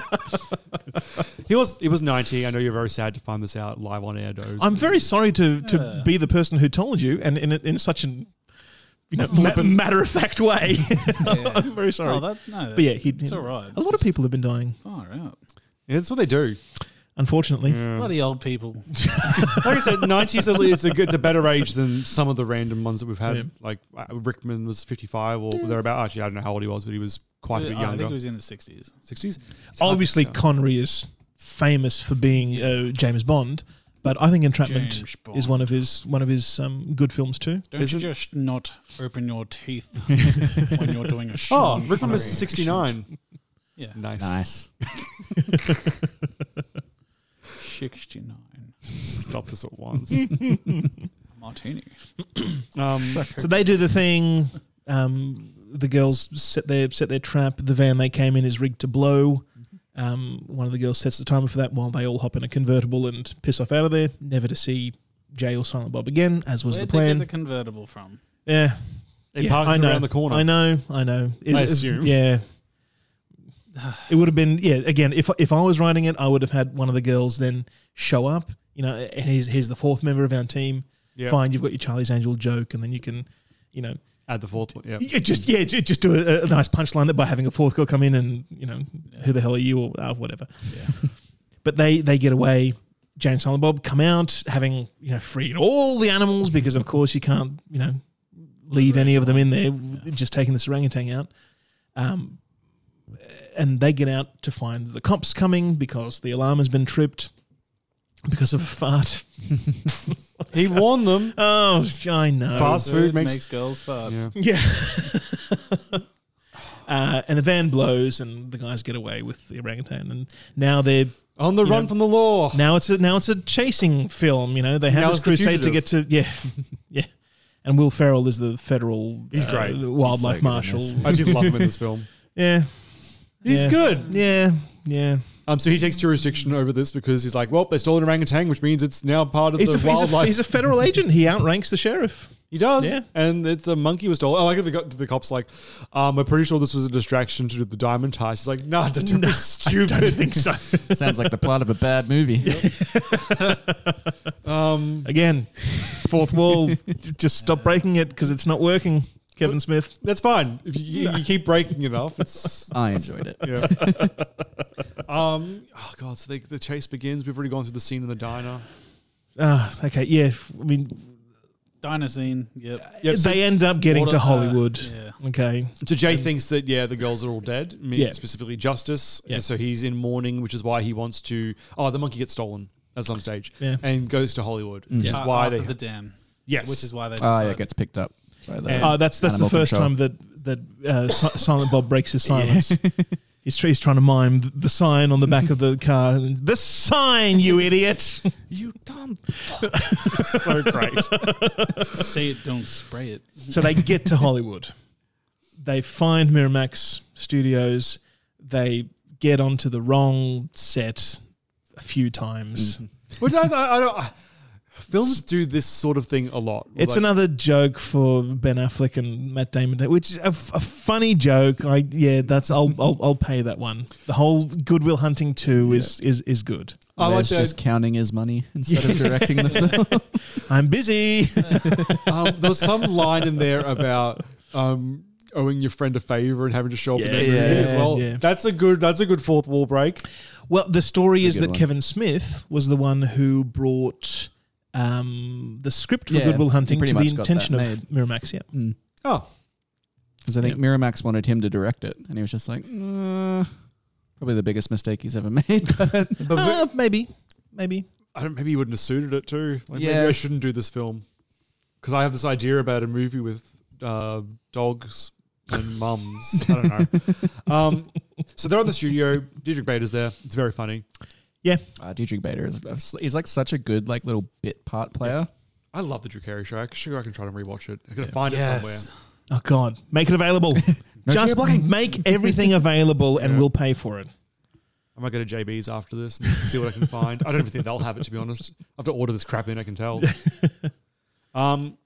S5: Trebek.
S3: He was he was ninety. I know you're very sad to find this out live on air. Doze.
S5: I'm very sorry to to
S3: Yeah.
S5: be the person who told you, and in a- in such an you know
S3: Flippant.
S5: matter of fact way. I'm very sorry.
S13: Oh, that- no,
S5: but yeah, he,
S13: it's all right.
S5: A lot of people have been dying,
S13: Far out.
S3: That's what they do.
S5: unfortunately.
S13: Bloody old people.
S3: like I said, nineties it's a good- it's a better age than some of the random ones that we've had.
S13: Yeah.
S3: Like uh, Rickman was fifty five or thereabout. Actually, I don't know how old he was, but he was quite a bit
S13: I
S3: younger.
S13: think it was in the 60s.
S3: 60s?
S5: Obviously, Connery is famous for being uh, James Bond, but I think Entrapment
S13: James
S5: is one of his one of his um, good films too.
S13: Don't you just not open your teeth when you're doing a
S3: Oh,
S13: Sean
S3: Rickman was
S13: Connery
S3: sixty nine.
S13: Yeah.
S3: nice.
S10: Nice.
S13: 69.
S3: Stop this at once.
S13: Martini.
S3: Um,
S5: so they do the thing. Um, the girls set their set their trap. The van they came in is rigged to blow. Um, one of the girls sets the timer for that while they all hop in a convertible and piss off out of there, never to see Jay or Silent Bob again, as was
S13: Where'd
S5: the
S13: they get
S5: plan.
S13: the convertible from?
S5: yeah,
S3: They
S5: yeah,
S3: parked
S5: I
S3: it
S5: know.
S3: around the corner.
S5: I know. I know.
S3: I
S5: is-
S3: assume.
S5: Yeah. It would have been yeah. Again, if if I was writing it, I would have had one of the girls then show up. You know, and he's he's the fourth member of our team.
S3: Yeah.
S5: Fine, you've got your Charlie's Angel joke, and then you can, you know,
S3: Add the fourth one. Yeah.
S5: you just yeah, ju- just do a, a nice punchline that by having a fourth girl come in and you know who the hell are you or uh, whatever. Yeah. but they they get away. Jane and Silent Bob come out having you know freed all the animals because of course you can't you know leave any of them in there. Just taking this orangutan out. Um, and they get out to find the cops coming because the alarm has been tripped because of a fart.
S3: he warned them.
S5: Oh, I know.
S3: Fast food makes,
S13: makes girls fart.
S3: Yeah.
S5: Yeah. uh, and the van blows, and the guys get away with the orangutan, and now they're
S3: on the run from the law.
S5: Now it's a now it's a chasing film. You know they have
S3: Now
S5: this
S3: it's The
S5: crusade to get to
S3: Fugitive.
S5: yeah, yeah. And Will Ferrell is the federal.
S3: He's
S5: uh,
S3: great. He's so
S5: wildlife
S3: good in
S5: marshal.
S3: this. I just love him in this film.
S5: Yeah,
S3: He's
S5: Yeah.
S3: good.
S5: Yeah, yeah.
S3: Um, so he takes jurisdiction over this because he's like, well, they stole an orangutan, which means it's now part of
S5: He's
S3: the
S5: a, he's, a,
S3: wildlife.
S5: he's a federal agent. He outranks the sheriff.
S3: he does.
S5: Yeah.
S3: And it's a monkey was stolen. I like it. They got the cops like, um, we're pretty sure this was a distraction to do the diamond heist. He's like, nah, that's
S5: No, I
S3: stupid.
S5: don't think so.
S10: Sounds like the plot of a bad movie.
S3: um,
S5: Again, fourth wall. Just stop breaking it because it's not working. Kevin Smith.
S3: that's fine. If you, you keep breaking it off, it's.
S10: I enjoyed it.
S3: Yeah. um, oh God. So they, the chase begins. We've already gone through the scene in the diner.
S5: Ah, okay. Yeah. I mean,
S13: Dynasine. Yep.
S5: they end up getting
S13: Water-
S5: to
S13: uh,
S5: Hollywood.
S13: yeah.
S5: Okay.
S3: So Jay thinks that yeah, the girls are all dead. me-
S5: Yeah.
S3: specifically Justice. And so he's in mourning, which is why he wants to. Oh, the monkey gets stolen at some stage,
S5: Yeah.
S3: and goes to Hollywood,
S10: Mm.
S3: which
S10: Yeah.
S3: is why
S13: After
S3: they.
S13: the dam.
S3: Yes.
S13: Which is why they.
S10: Oh, yeah,
S13: decide-
S10: it gets picked up. By the
S5: Oh, that's that's the
S10: animal
S5: first
S10: control.
S5: time that that uh, Si- Silent Bob breaks his silence. He's, tr- he's trying to mime th- the sign on the back of the car. and, The sign, you idiot!
S10: You dumb.
S3: so great.
S13: Say it, don't spray it.
S5: So they get to Hollywood. They find Miramax Studios. They get onto the wrong set a few
S10: Mm-hmm.
S5: times.
S3: Which I, I, I don't. I, films do this sort of thing a lot.
S5: It's
S3: Like,
S5: another joke for Ben Affleck and Matt Damon, which is a, f- a funny joke. I yeah, that's I'll, I'll I'll pay that one. The whole Goodwill Hunting two is is is good.
S3: I like
S10: He's
S3: that.
S10: just counting his money instead of directing the film.
S5: I'm busy.
S3: um, there was some line in there about. Um, Owing your friend a favor and having to show up in
S5: Yeah,
S3: that movie
S5: yeah,
S3: as well.
S5: yeah.
S3: That's a good. That's a good fourth wall break.
S5: Well, the
S10: It's
S5: story
S10: a
S5: is
S10: good
S5: that
S10: one.
S5: Kevin Smith was the one who brought um, the script for
S10: Yeah,
S5: Goodwill
S10: he
S5: Hunting
S10: pretty
S5: to the
S10: much got that
S5: intention of
S10: made. Mm.
S5: Miramax. Yeah.
S14: Oh,
S10: Because I think Miramax wanted him to direct it, and he was just like, uh, probably the biggest mistake he's ever made. but
S5: Uh, maybe, maybe.
S3: I don't. Maybe you wouldn't have suited it too. Like
S10: Yeah.
S3: maybe I shouldn't do this film because I have this idea about a movie with uh, dogs and mums. I don't know. Um, so they're in the studio. Dietrich Bader's there. It's very funny.
S5: Yeah.
S10: uh, Dietrich Bader is he's like such a good like little bit part player.
S3: I love the Drew Carey show. I sure I can try and rewatch it. I gotta find
S10: Yes.
S3: it somewhere.
S5: Oh God, make it available. Just
S3: geoblocking.
S5: make everything available, and we'll pay for it.
S3: I might go to JB's after this and see what I can find. I don't even think they'll have it to be honest. I have to order this crap in. I can tell. um,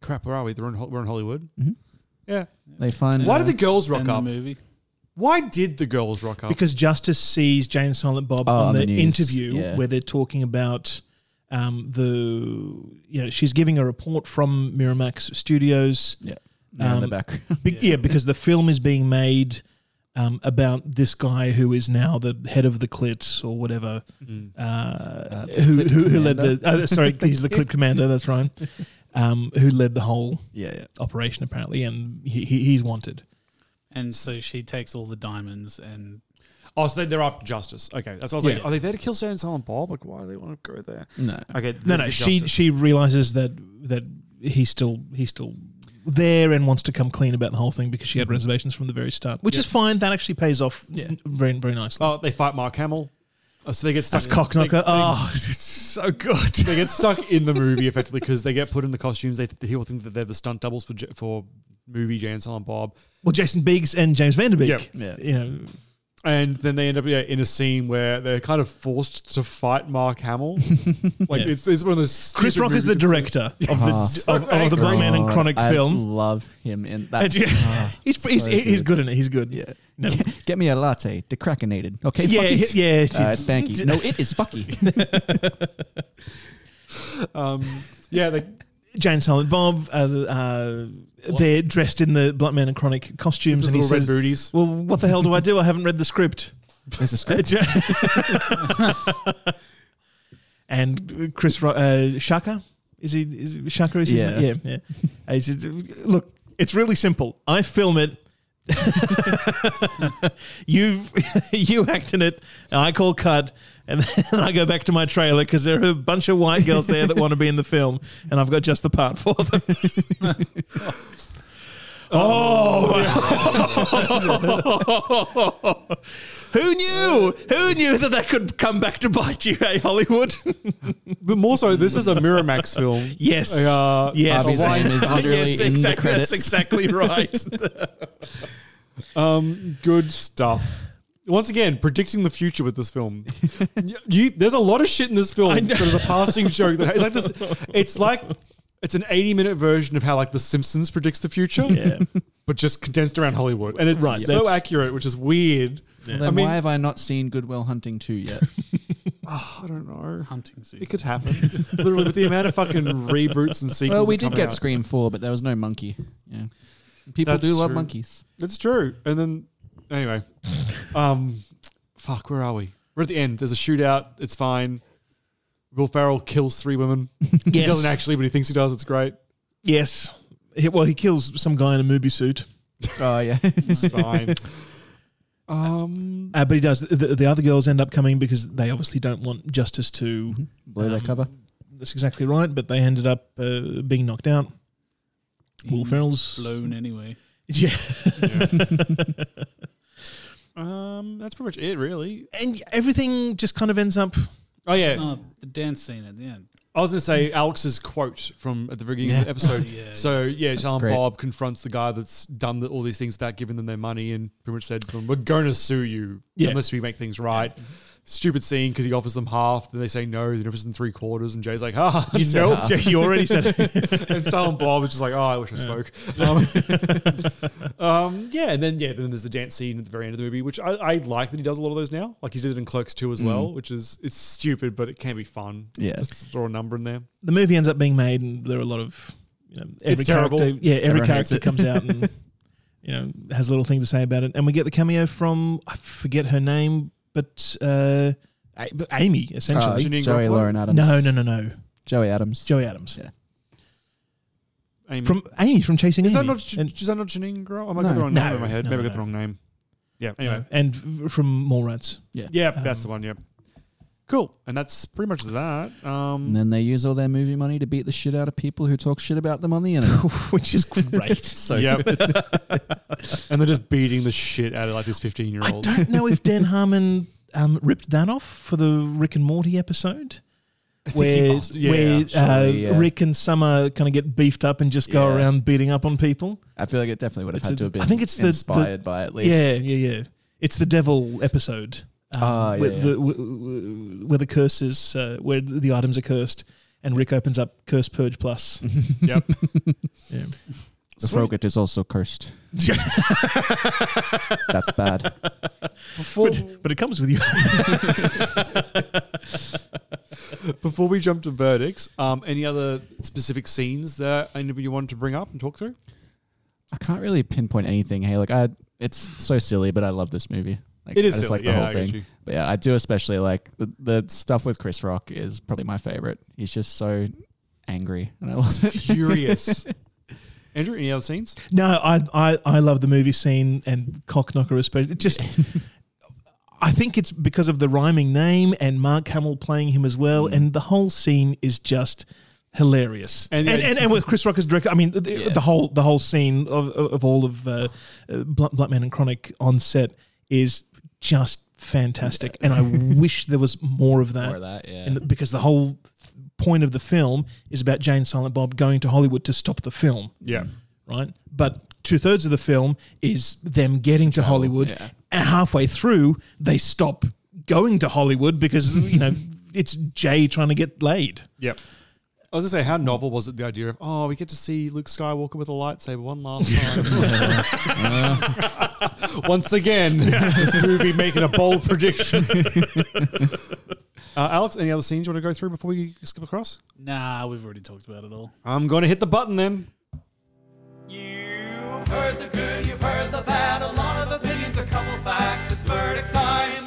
S3: crap. Where are we? They're in, Ho- we're in Hollywood. Yeah.
S10: Mm-hmm. They find
S3: Why
S10: uh,
S3: did the girls rock
S13: End the
S3: up?
S13: movie.
S3: Why did the girls rock up?
S5: Because Justice sees Jane and Silent Bob
S10: Oh,
S5: on
S10: on
S5: the,
S10: the news,
S5: interview
S10: yeah.
S5: where they're talking about um, the you know she's giving a report from Miramax Studios. Um,
S10: Yeah, yeah, in the background.
S5: be- yeah. because the film is being made um, about this guy who is now the head of the Clit or whatever, uh, who,
S10: Clit
S5: who, who led the
S10: commander.
S5: uh, sorry he's the Clit commander. That's right. Um, who led the whole
S10: Yeah, yeah.
S5: operation apparently, and he, he, he's wanted.
S13: And so she takes all the diamonds and
S3: Oh, so they- they're after justice. Okay, that's what I was like.
S13: Yeah.
S3: Are they there to kill Sam and Silent Bob? Like, why do they want to go there?
S10: No.
S3: Okay. the-
S5: No, no.
S3: the
S5: She
S3: justice.
S5: she realizes that that he's still he's still there and wants to come clean about the whole thing because
S3: Mm-hmm.
S5: she had reservations from the very start, which is fine. That actually pays off
S10: Yeah.
S5: very very nicely.
S3: Oh, they fight Mark Hamill. Oh, so they get stuck.
S5: That's
S3: in-
S5: cocknocker.
S3: they- they-
S5: Oh, it's so good.
S3: They get stuck in the movie effectively because they get put in the costumes. They th- he'll think that they're the stunt doubles for J- for movie Jay and Silent Bob,
S5: Well, Jason Biggs and James Vanderbeek.
S10: Yeah.
S3: Yeah.
S5: You know,
S3: and then they end up yeah, in a scene where they're kind of forced to fight Mark Hamill. like
S5: Yeah.
S3: it's, it's one of those.
S5: Chris
S3: stupid
S5: Rock is the
S3: movie-
S5: director of this
S3: Oh,
S5: of, of the
S3: so
S5: Batman and
S10: God,
S5: Chronic
S10: Ah. I
S5: film.
S10: love him in
S5: And
S10: that.
S5: yeah,
S10: Ah,
S5: he's, he's,
S10: so
S5: he's
S10: good.
S5: good in it. He's good.
S10: Yeah.
S5: No.
S10: Get, get me a latte, decrackinated. Okay.
S5: Yeah,
S10: fucky.
S5: he- yeah, he-
S10: Uh, it's Banky. No, it is fucky.
S3: Um, yeah, they,
S5: Jane Silent Bob, uh, uh, they're dressed in the Black Man and Chronic costumes.
S3: those
S5: And he
S3: little red
S5: says,
S3: booties.
S5: Well, what the hell do I do? I haven't read the script.
S10: There's a script.
S5: and Chris Ro- uh, Shaka is he? Is it Shaka? Is his
S10: Yeah.
S5: name? yeah, yeah. He says, "Look, it's really simple. I film it. you you act in it. I call cut." And then I go back to my trailer because there are a bunch of white girls there that want to be in the film, and I've got just the part for them. oh, who knew? Who knew that that could come back to bite you, hey Hollywood?
S3: But more so, this is a Miramax film.
S5: Yes.
S3: Uh,
S5: yes.
S10: Bobby's
S3: name
S10: is literally in the
S5: exactly.
S10: credits.
S5: That's exactly right.
S3: Um, good stuff. Once again, predicting the future with this film. you, you- there's a lot of shit in this film
S5: I
S3: that
S5: know.
S3: is a passing joke. That it's like this. It's like it's an 80 minute version of how like The Simpsons predicts the future,
S5: Yeah.
S3: but just condensed around Hollywood, and it's
S5: Right,
S3: so
S5: that's-
S3: accurate, which is weird.
S10: Well,
S3: I
S10: then
S3: mean,
S10: why have I not seen Goodwill Hunting 2 yet?
S3: I don't know.
S13: hunting season.
S3: It could happen. Literally, with the amount of fucking reboots and sequels.
S10: well, we
S3: that
S10: did
S3: come
S10: get
S3: out.
S10: Scream 4, but there was no monkey. Yeah. People
S3: That's
S10: do love
S3: true.
S10: monkeys.
S3: It's true. And then, anyway, um, fuck, where are we? We're at the end. There's a shootout. It's fine. Will Farrell kills three women. He
S5: Yes.
S3: doesn't actually, but he thinks he does. It's great.
S5: yes. He- well, he kills some guy in a movie suit,
S10: Oh, yeah.
S3: It's fine. um,
S5: uh, but he does. The, the other girls end up coming because they obviously don't want justice to.
S10: Mm-hmm.
S5: um,
S10: Blow that cover.
S5: That's exactly right. But they ended up uh, being knocked out. Will
S10: Mm.
S5: Ferrell's
S13: blown anyway.
S5: yeah,
S3: um, that's pretty much it, really.
S5: and everything just kind of ends up.
S3: Oh yeah,
S13: Oh, the dance scene at the end.
S3: I was gonna say Alex's quote from at the beginning of the
S10: Yeah.
S3: episode.
S13: Oh, yeah.
S3: So yeah, John
S10: great.
S3: Bob confronts the guy that's done the, all these things without giving them their money, and pretty much said, to them, "We're gonna sue you
S5: Yeah.
S3: unless we make things right." Stupid scene because he offers them half, then they say no, then he offers them three quarters, and Jay's like, "Ah,
S5: You said
S3: no."
S5: half. You already said
S3: it. and Silent Bob is just like, "Oh, I wish I spoke." Um, um, yeah, and then yeah, then there's the dance scene at the very end of the movie, which I, I like that he does a lot of those now. Like he did it in Clerks 2 as well, which is it's stupid, but it can be fun.
S10: Yeah.
S3: Just throw a number in there.
S5: The movie ends up being made, and there are a lot of you know every
S3: terrible.
S5: character. Yeah, every
S10: Everyone hates
S5: character
S10: it.
S5: comes out and you know has a little thing to say about it, and we get the cameo from I forget her name, but uh, A- but Amy
S3: Uh,
S5: essentially.
S10: Joey Lauren Adams.
S5: No, no, no, no.
S10: Joey Adams.
S5: Joey Adams. Yeah.
S3: Amy.
S5: From Amy from Chasing
S3: Is that
S5: Amy.
S3: not J- is that not Janine Groff? Am I
S5: No.
S3: got the wrong
S5: No,
S3: name in my head?
S5: no,
S3: Maybe I
S5: no. Uh,
S3: got the wrong name. Yeah. Anyway.
S5: and v- from Mallrats.
S3: Yeah,
S5: uh,
S3: that's the one. Yep. Cool. And that's pretty much that. Um,
S10: And then they use all their movie money to beat the shit out of people who talk shit about them on the internet,
S5: which is great.
S10: so
S3: Yep.
S10: good.
S3: and they're just beating the shit out of like this fifteen-year-old.
S5: I don't know if Dan Harmon um, ripped that off for the Rick and Morty episode.
S3: think he
S5: Where,
S3: must- yeah,
S5: where uh,
S10: surely, yeah.
S5: Rick and Summer kind of get beefed up and just go
S10: Yeah.
S5: around beating up on people.
S10: I feel like it definitely would have
S5: It's
S10: had
S5: a-
S10: to have been
S5: I think it's the- the-
S10: inspired by at least.
S5: Yeah, yeah, yeah. It's the devil episode. Um,
S10: Ah, yeah,
S5: where,
S10: yeah.
S5: The, w- w- where the curse is, uh, where the items are cursed, and Rick opens up Curse Purge Plus.
S10: Mm-hmm.
S3: Yep.
S5: yeah.
S10: The Frogat is also cursed. That's bad.
S5: But, but it comes with you.
S3: Before we jump to verdicts, um, any other specific scenes that anybody wanted to bring up and talk through?
S10: I can't really pinpoint anything. Hey, like I, it's so silly, but I love this movie. Like,
S3: It is
S10: I just
S3: silly.
S10: like the
S3: Yeah,
S10: whole
S3: I get
S10: thing.
S3: you.
S10: But yeah, I do especially like the, the stuff with Chris Rock is probably my favorite. He's just so angry, and I love it.
S3: Furious. Andrew, any other scenes?
S5: No, I I, I love the movie scene and cock knocker especially. It just I think it's because of the rhyming name and Mark Hamill playing him as well,
S10: Mm.
S5: and the whole scene is just hilarious.
S3: And-
S5: And and, and, with Chris Rock as director, I mean the, the whole the whole scene of of of all of uh, uh, Blunt, Blunt Man and Chronic on set is just fantastic, and I wish there was more of that.
S10: More of that, yeah.
S5: And the- because the whole th- point of the film is about Jane Silent Bob going to Hollywood to stop the film
S3: Yeah.
S5: right? But two thirds of the film is them getting to Hollywood,
S10: yeah.
S5: and halfway through they stop going to Hollywood because you know it's Jay trying to get laid.
S3: Yep. I was gonna say, how novel was it? The idea of oh, we get to see Luke Skywalker with a lightsaber one last time. Once again, this movie making a bold prediction. Uh, Alex, any other scenes you want to go through before we skip across?
S13: Nah, we've already talked about it all.
S3: I'm going to hit the button then.
S15: You've heard the good, you've heard the bad, a lot of opinions, a couple facts. It's verdict time.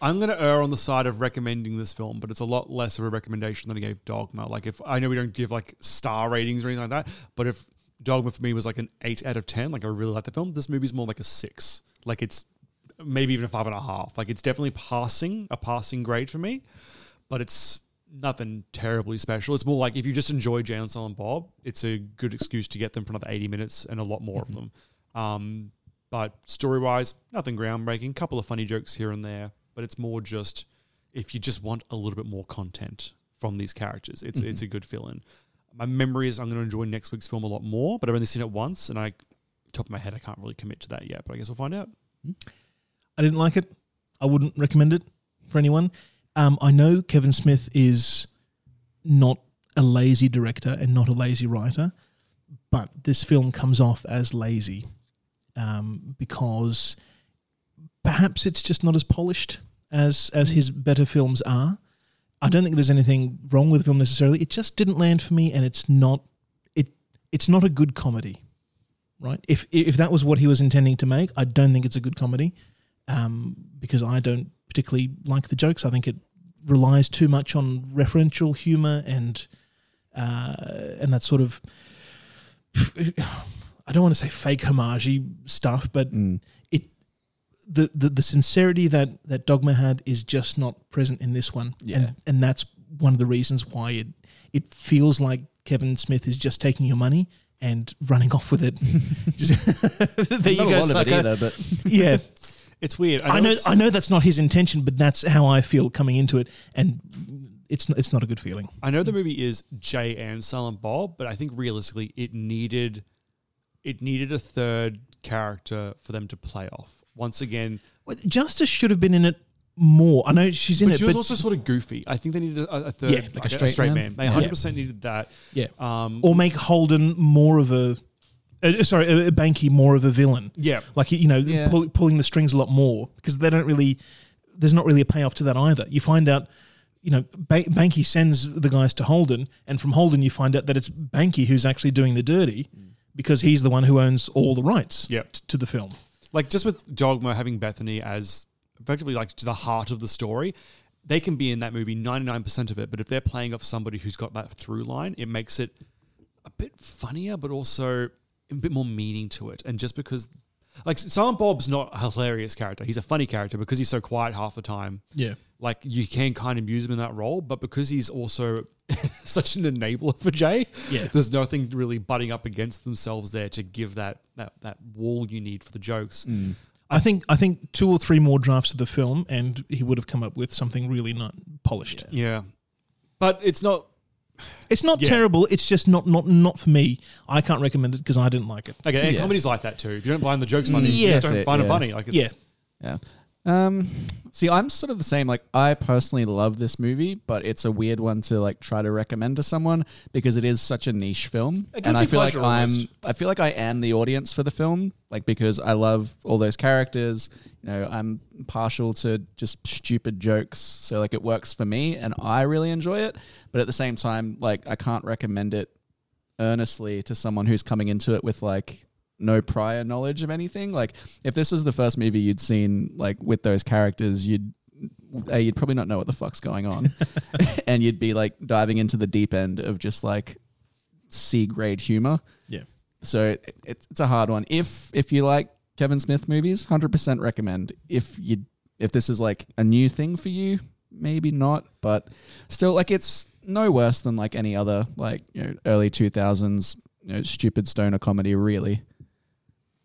S3: I'm going to err on the side of recommending this film, but it's a lot less of a recommendation than I gave Dogma. Like, if I know we don't give like star ratings or anything like that, but if Dogma for me was like an eight out of 10, like I really like the film, this movie's more like a six. Like, it's maybe even a five and a half. Like, it's definitely passing, a passing grade for me, but it's nothing terribly special. It's more like if you just enjoy Jay and Silent Bob, it's a good excuse to get them for another 80 minutes and a lot more
S5: Mm-hmm.
S3: of them. Um, but story wise, nothing groundbreaking. Couple of funny jokes here and there, but it's more just if you just want a little bit more content from these characters, it's it's a
S5: Mm-hmm.
S3: good fill in. My memory is I'm going to enjoy next week's film a lot more, but I've only seen it once, and I top of my head I can't really commit to that yet. But I guess we'll find out.
S5: I didn't like it. I wouldn't recommend it for anyone. Um, I know Kevin Smith is not a lazy director and not a lazy writer, but this film comes off as lazy um, because perhaps it's just not as polished as as his better films are. I don't think there's anything wrong with the film necessarily. It just didn't land for me, and it's not it it's not a good comedy, right? If if that was what he was intending to make, I don't think it's a good comedy um, because I don't particularly like the jokes. I think it relies too much on referential humor and uh, and that sort of I don't want to say fake homage stuff, but it the, the the sincerity that that Dogma had is just not present in this one,
S10: Yeah.
S5: and and that's one of the reasons why it it feels like Kevin Smith is just taking your money and running off with it. there
S10: Not
S5: you
S10: a
S5: go,
S10: lot of it
S5: sucker.
S10: either, but-
S5: yeah.
S3: It's weird.
S5: I know,
S3: it's-
S5: I know that's not his intention, but that's how I feel coming into it, and it's n- it's not a good feeling.
S3: I know the movie is Jay and Silent Bob, but I think realistically it needed it needed a third character for them to play off. Once again,
S5: Well, Justice should have been in it more. I know she's in
S3: but
S5: it,
S3: she was
S5: but
S3: also sort of goofy. I think they needed a, a third,
S5: Yeah,
S3: like, a straight, man. They
S5: Yeah.
S3: 100% needed that.
S5: yeah,
S3: Um,
S5: or make Holden more of a. Uh, sorry, uh, Banky more of a villain.
S3: Yeah.
S5: like you know,
S3: Yeah.
S5: pull, pulling the strings a lot more because they don't really. There's not really a payoff to that either. You find out, you know, ba- Banky sends the guys to Holden, and from Holden you find out that it's Banky who's actually doing the dirty because he's the one who owns all the rights
S3: Yep.
S5: t- to the film.
S3: Like just with Dogma having Bethany as effectively like to the heart of the story. They can be in that movie 99% of it, but if they're playing off somebody who's got that through line, it makes it a bit funnier, but also a bit more meaning to it. And just because, like, Silent Bob's not a hilarious character, he's a funny character because he's so quiet half the time.
S5: Yeah.
S3: Like, you can kind of use him in that role, but because he's also such an enabler for Jay,
S5: Yeah.
S3: there's nothing really butting up against themselves there to give that, that, that wall you need for the jokes.
S5: Mm. I think I think two or three more drafts of the film, and he would have come up with something really not polished.
S3: Yeah. But it's not.
S5: It's not
S3: Yeah.
S5: terrible. It's just not not not for me. I can't recommend it because I didn't like it.
S3: Okay, and comedy's like that too. If you don't find the jokes funny,
S5: Yeah.
S3: you just
S5: That's
S3: don't
S5: it,
S3: find
S5: yeah.
S3: it funny. Like it's,
S5: Yeah.
S10: Yeah. Um, see, I'm sort of the same. Like, I personally love this movie, but it's a weird one to like try to recommend to someone because it is such a niche film,
S3: It gives
S10: and I
S3: you
S10: feel like
S3: pleasure almost.
S10: I'm, I feel like I am the audience for the film, like because I love all those characters. You know, I'm partial to just stupid jokes, so like it works for me, and I really enjoy it. But at the same time, like I can't recommend it earnestly to someone who's coming into it with like no prior knowledge of anything. Like if this was the first movie you'd seen like with those characters, you'd a, you'd probably not know what the fuck's going on, and you'd be like diving into the deep end of just like C grade humor.
S5: Yeah.
S10: So it, it's it's a hard one. If if you like Kevin Smith movies, hundred percent recommend. If you if this is like a new thing for you, maybe not. But still, like it's no worse than like any other like you know early two thousands you know, stupid stoner comedy. Really.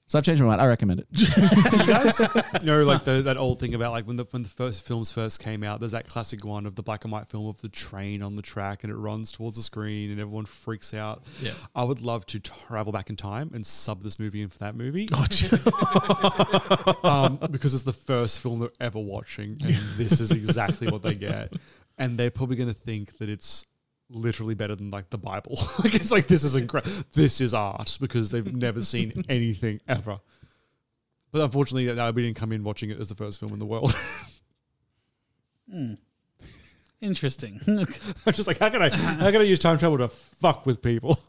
S10: So I've changed my mind. I recommend it.
S3: you guys know like the, that old thing about like when the when the first films first came out. There's that classic one of the black and white film of the train on the track and it runs towards the screen and everyone freaks out.
S5: Yeah.
S3: I would love to travel back in time and sub this movie in for that movie.
S5: Oh,
S3: um, because it's the first film they're ever watching, and this is exactly what they get. And they're probably going to think that it's literally better than like the Bible. like it's like this is incredible. This is art because they've never seen anything ever. But unfortunately, uh, we didn't come in watching it as the first film in the world.
S13: Hmm. Interesting.
S3: I'm just like, how can I, how can I use time travel to fuck with people?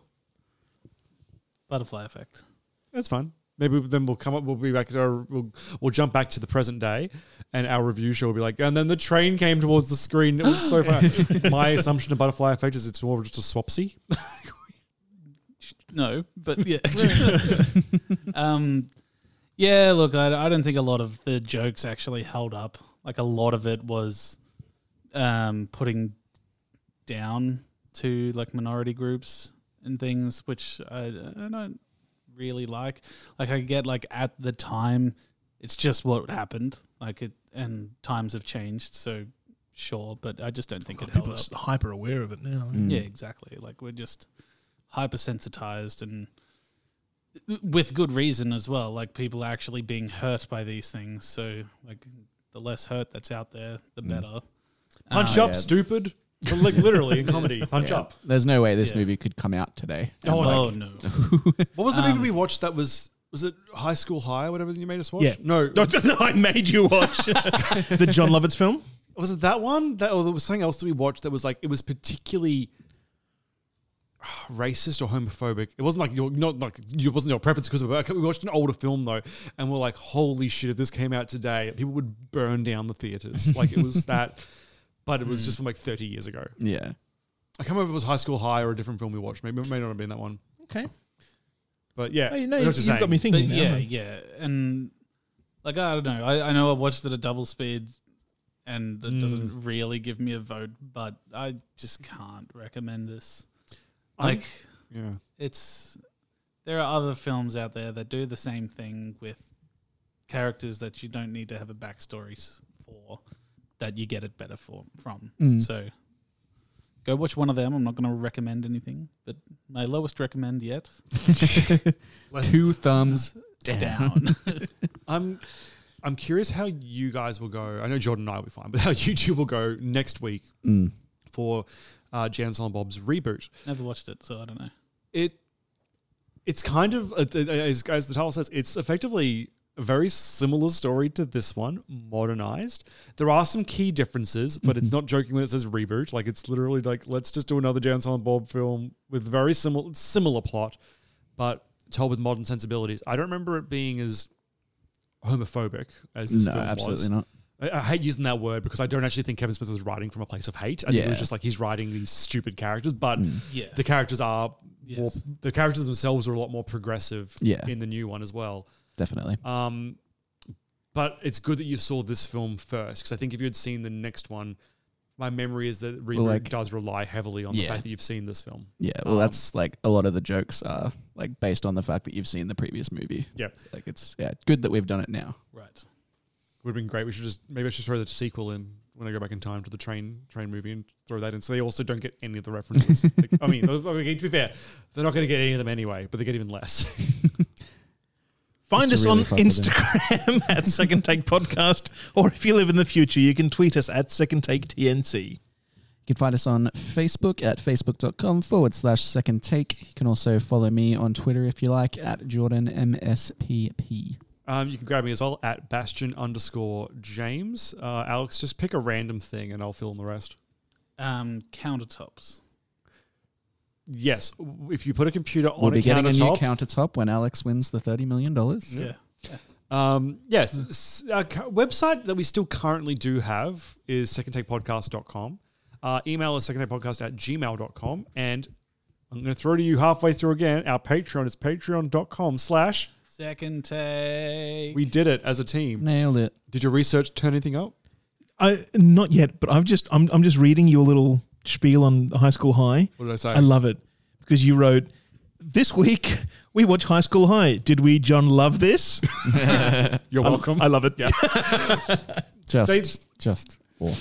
S13: Butterfly effect.
S3: That's fine. Maybe then we'll come up. We'll be back. To our, we'll we'll jump back to the present day, and our review show will be like. And then the train came towards the screen. It was so fun. My assumption of butterfly effect is it's more just a swapsy.
S13: No, but yeah. um, yeah, look, I, I don't think a lot of the jokes actually held up. Like a lot of it was um, putting down to like minority groups and things, which I, I don't really like. Like I get like at the time, it's just what happened. Like it, and times have changed, so sure. But I just don't think it held
S5: Oh, People are
S13: up.
S5: just hyper aware of it now.
S13: Yeah, exactly. Like we're just hypersensitized and with good reason as well. Like people are actually being hurt by these things. So like the less hurt that's out there, the
S10: Mm.
S13: better.
S3: Punch
S10: Oh,
S3: up,
S10: yeah.
S3: stupid. Like literally in comedy, punch
S10: Yeah.
S3: up.
S10: There's no way this
S13: Yeah.
S10: movie could come out today.
S3: Oh,
S10: And,
S3: no.
S10: like,
S3: What was the
S10: um,
S3: movie we watched that was was it High School High or whatever you made us watch?
S5: Yeah.
S3: No.
S5: I made you watch the John Lovitz film.
S3: Was it that one? That or there was something else that we watched that was like it was particularly racist or homophobic. It wasn't like your not like it wasn't your preference because of it. We watched an older film though, and we're like, holy shit! If this came out today, people would burn down the theaters. Like it was that, but it was just from like thirty years ago.
S10: Yeah.
S3: I can't remember if it was High School High or a different film we watched. Maybe it may not have been that one.
S5: Okay.
S3: But yeah,
S5: Hey, no,
S3: I know what
S5: you-
S3: you're
S5: you've
S3: saying.
S5: got me thinking
S13: But
S5: now.
S13: yeah, yeah, and like I don't know. I, I know I watched it at double speed, and it doesn't really give me a vote, but I just can't recommend this.
S3: I'm-
S13: Like,
S3: yeah.
S13: it's there are other films out there that do the same thing with characters that you don't need to have a backstory s- for, that you get it better for from.
S10: Mm.
S13: So. Go watch one of them. I'm not going to recommend anything, but my lowest recommend yet.
S10: Two thumbs down.
S3: I'm I'm curious how you guys will go. I know Jordan and I will be fine, but how you two will go next week
S10: Mm.
S3: for uh, Jan and Silent Bob's reboot.
S13: Never watched it, so I don't know.
S3: It it's kind of uh, uh, as, as the title says, it's effectively a very similar story to this one, modernized. There are some key differences, but
S10: Mm-hmm.
S3: it's not joking when it says reboot. Like it's literally like let's just do another Jan and Silent Bob film with very similar similar plot, but told with modern sensibilities. I don't remember it being as homophobic as this
S10: No,
S3: film was.
S10: absolutely not.
S3: I, I hate using that word because I don't actually think Kevin Smith was writing from a place of hate. I think it
S10: Yeah.
S3: was just like he's writing these stupid characters, but
S10: Mm.
S13: Yeah.
S3: the characters are more,
S13: Yes.
S3: the characters themselves are a lot more progressive
S10: Yeah.
S3: in the new one as well.
S10: Definitely.
S3: Um, but it's good that you saw this film first because I think if you had seen the next one, my memory is that reboot
S10: like-
S3: does rely heavily on the
S10: Yeah.
S3: fact that you've seen this film.
S10: Yeah, well, that's like a lot of the jokes are like based on the fact that you've seen the previous movie.
S3: Yep.
S10: like it's yeah, good that we've done it now.
S13: Right.
S3: Would have been great. We should just maybe I should throw the sequel in when I go back in time to the train train movie and throw that in. So they also don't get any of the references. Like, I mean, I mean, to be fair, they're not going to get any of them anyway, but they get even less.
S5: Find
S3: Just
S5: us
S3: to
S5: on
S3: really fuck with them.
S5: Instagram at Second Take Podcast, or if you live in the future, you can tweet us at Second Take TNC.
S10: You can find us on Facebook at facebook.com forward slash second take. You can also follow me on Twitter if you like at Jordan MSPP.
S3: Um, you can grab me as well at Bastion underscore James. Uh, Alex, just pick a random thing and I'll fill in the rest.
S13: Um, countertops.
S3: Yes, w- if you put a computer on
S10: We'll
S3: a
S10: be getting a new
S3: countertop,
S10: countertop when Alex wins the $30 million.
S3: Yeah. Um,
S10: Hmm.
S3: yes, s- our cu- website that we still currently do have is secondtakepodcast.com. Uh, email is secondtakepodcast at gmail.com. And I'm going to throw to you halfway through again. Our Patreon is patreon.com slash
S13: Second take.
S3: we did it as a team.
S10: Nailed it.
S3: Did your research turn anything up?
S5: I not yet, but I've just I'm I'm just reading your little spiel on High School High.
S3: What did I say?
S5: I love it because you wrote this week we watch High School High. Did we, John? Love this.
S3: You're
S5: I-
S3: welcome.
S5: I, love it. Yeah.
S10: Just,
S3: They-
S10: just awful.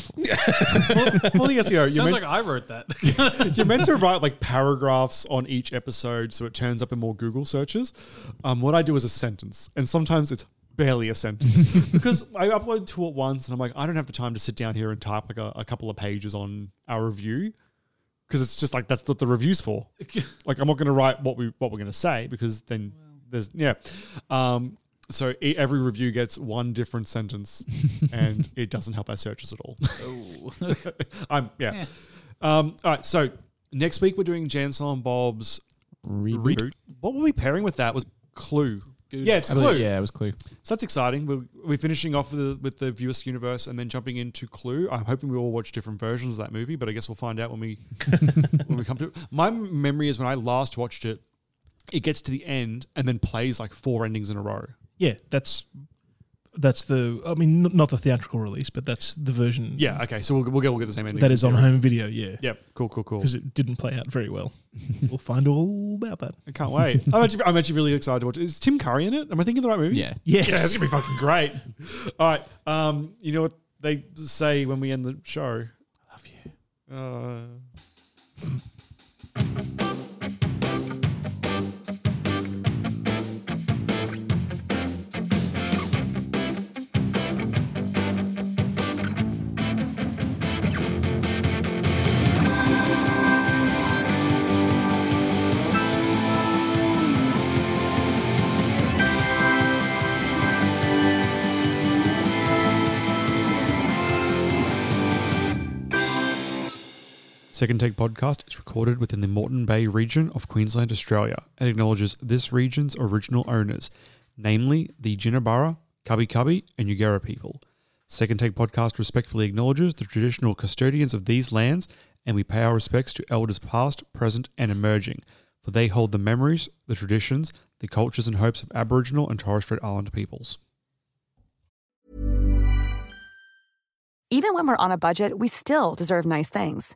S3: Fully SEO. You
S13: Sounds
S3: meant,
S13: like I wrote that.
S3: you're meant to write like paragraphs on each episode so it turns up in more Google searches. Um, what I do is a sentence, and sometimes it's barely a sentence because I upload two at once, and I'm like, I don't have the time to sit down here and type like a, a couple of pages on our review because it's just like that's what the review's for. like I'm not going to write what we what we're going to say because then there's yeah. Um, so e- every review gets one different sentence, and it doesn't help our searches at all.
S13: Oh.
S3: I'm yeah.
S13: Yeah.
S3: Um, all right, so next week we're doing Jan Silent Bob's
S10: Reboot.
S3: What were we pairing with that? Was Clue? Yeah, it's
S10: I believe-
S3: Clue.
S10: Yeah, it was Clue.
S3: So that's exciting. We're, we're finishing off with the, with the Viewers universe and then jumping into Clue. I'm hoping we all watch different versions of that movie, but I guess we'll find out when we when we come to it. My memory is when I last watched it, it gets to the end and then plays like four endings in a row.
S5: yeah, that's that's the. I mean, n- not the theatrical release, but that's the version.
S3: Yeah. Okay. So we'll we'll get we'll get the same ending
S5: that is on home video. Yeah.
S3: Yep. Cool. Cool. Cool.
S5: Because it didn't play out very well. we'll find all about that.
S3: I can't wait. I'm actually, I'm actually really excited to watch it. Is Tim Curry in it? Am I thinking the right movie?
S10: Yeah.
S5: Yes.
S3: Yeah, it's going to be fucking great. All right. Um, you know what they say when we end the show?
S13: Love you.
S3: Uh, Second Take Podcast is recorded within the Moreton Bay region of Queensland, Australia, and acknowledges this region's original owners, namely the Jinnabara, Cubby Cubby, and Yugara people. Second Take Podcast respectfully acknowledges the traditional custodians of these lands, and we pay our respects to elders past, present, and emerging, for they hold the memories, the traditions, the cultures, and hopes of Aboriginal and Torres Strait Islander peoples.
S16: Even when we're on a budget, we still deserve nice things.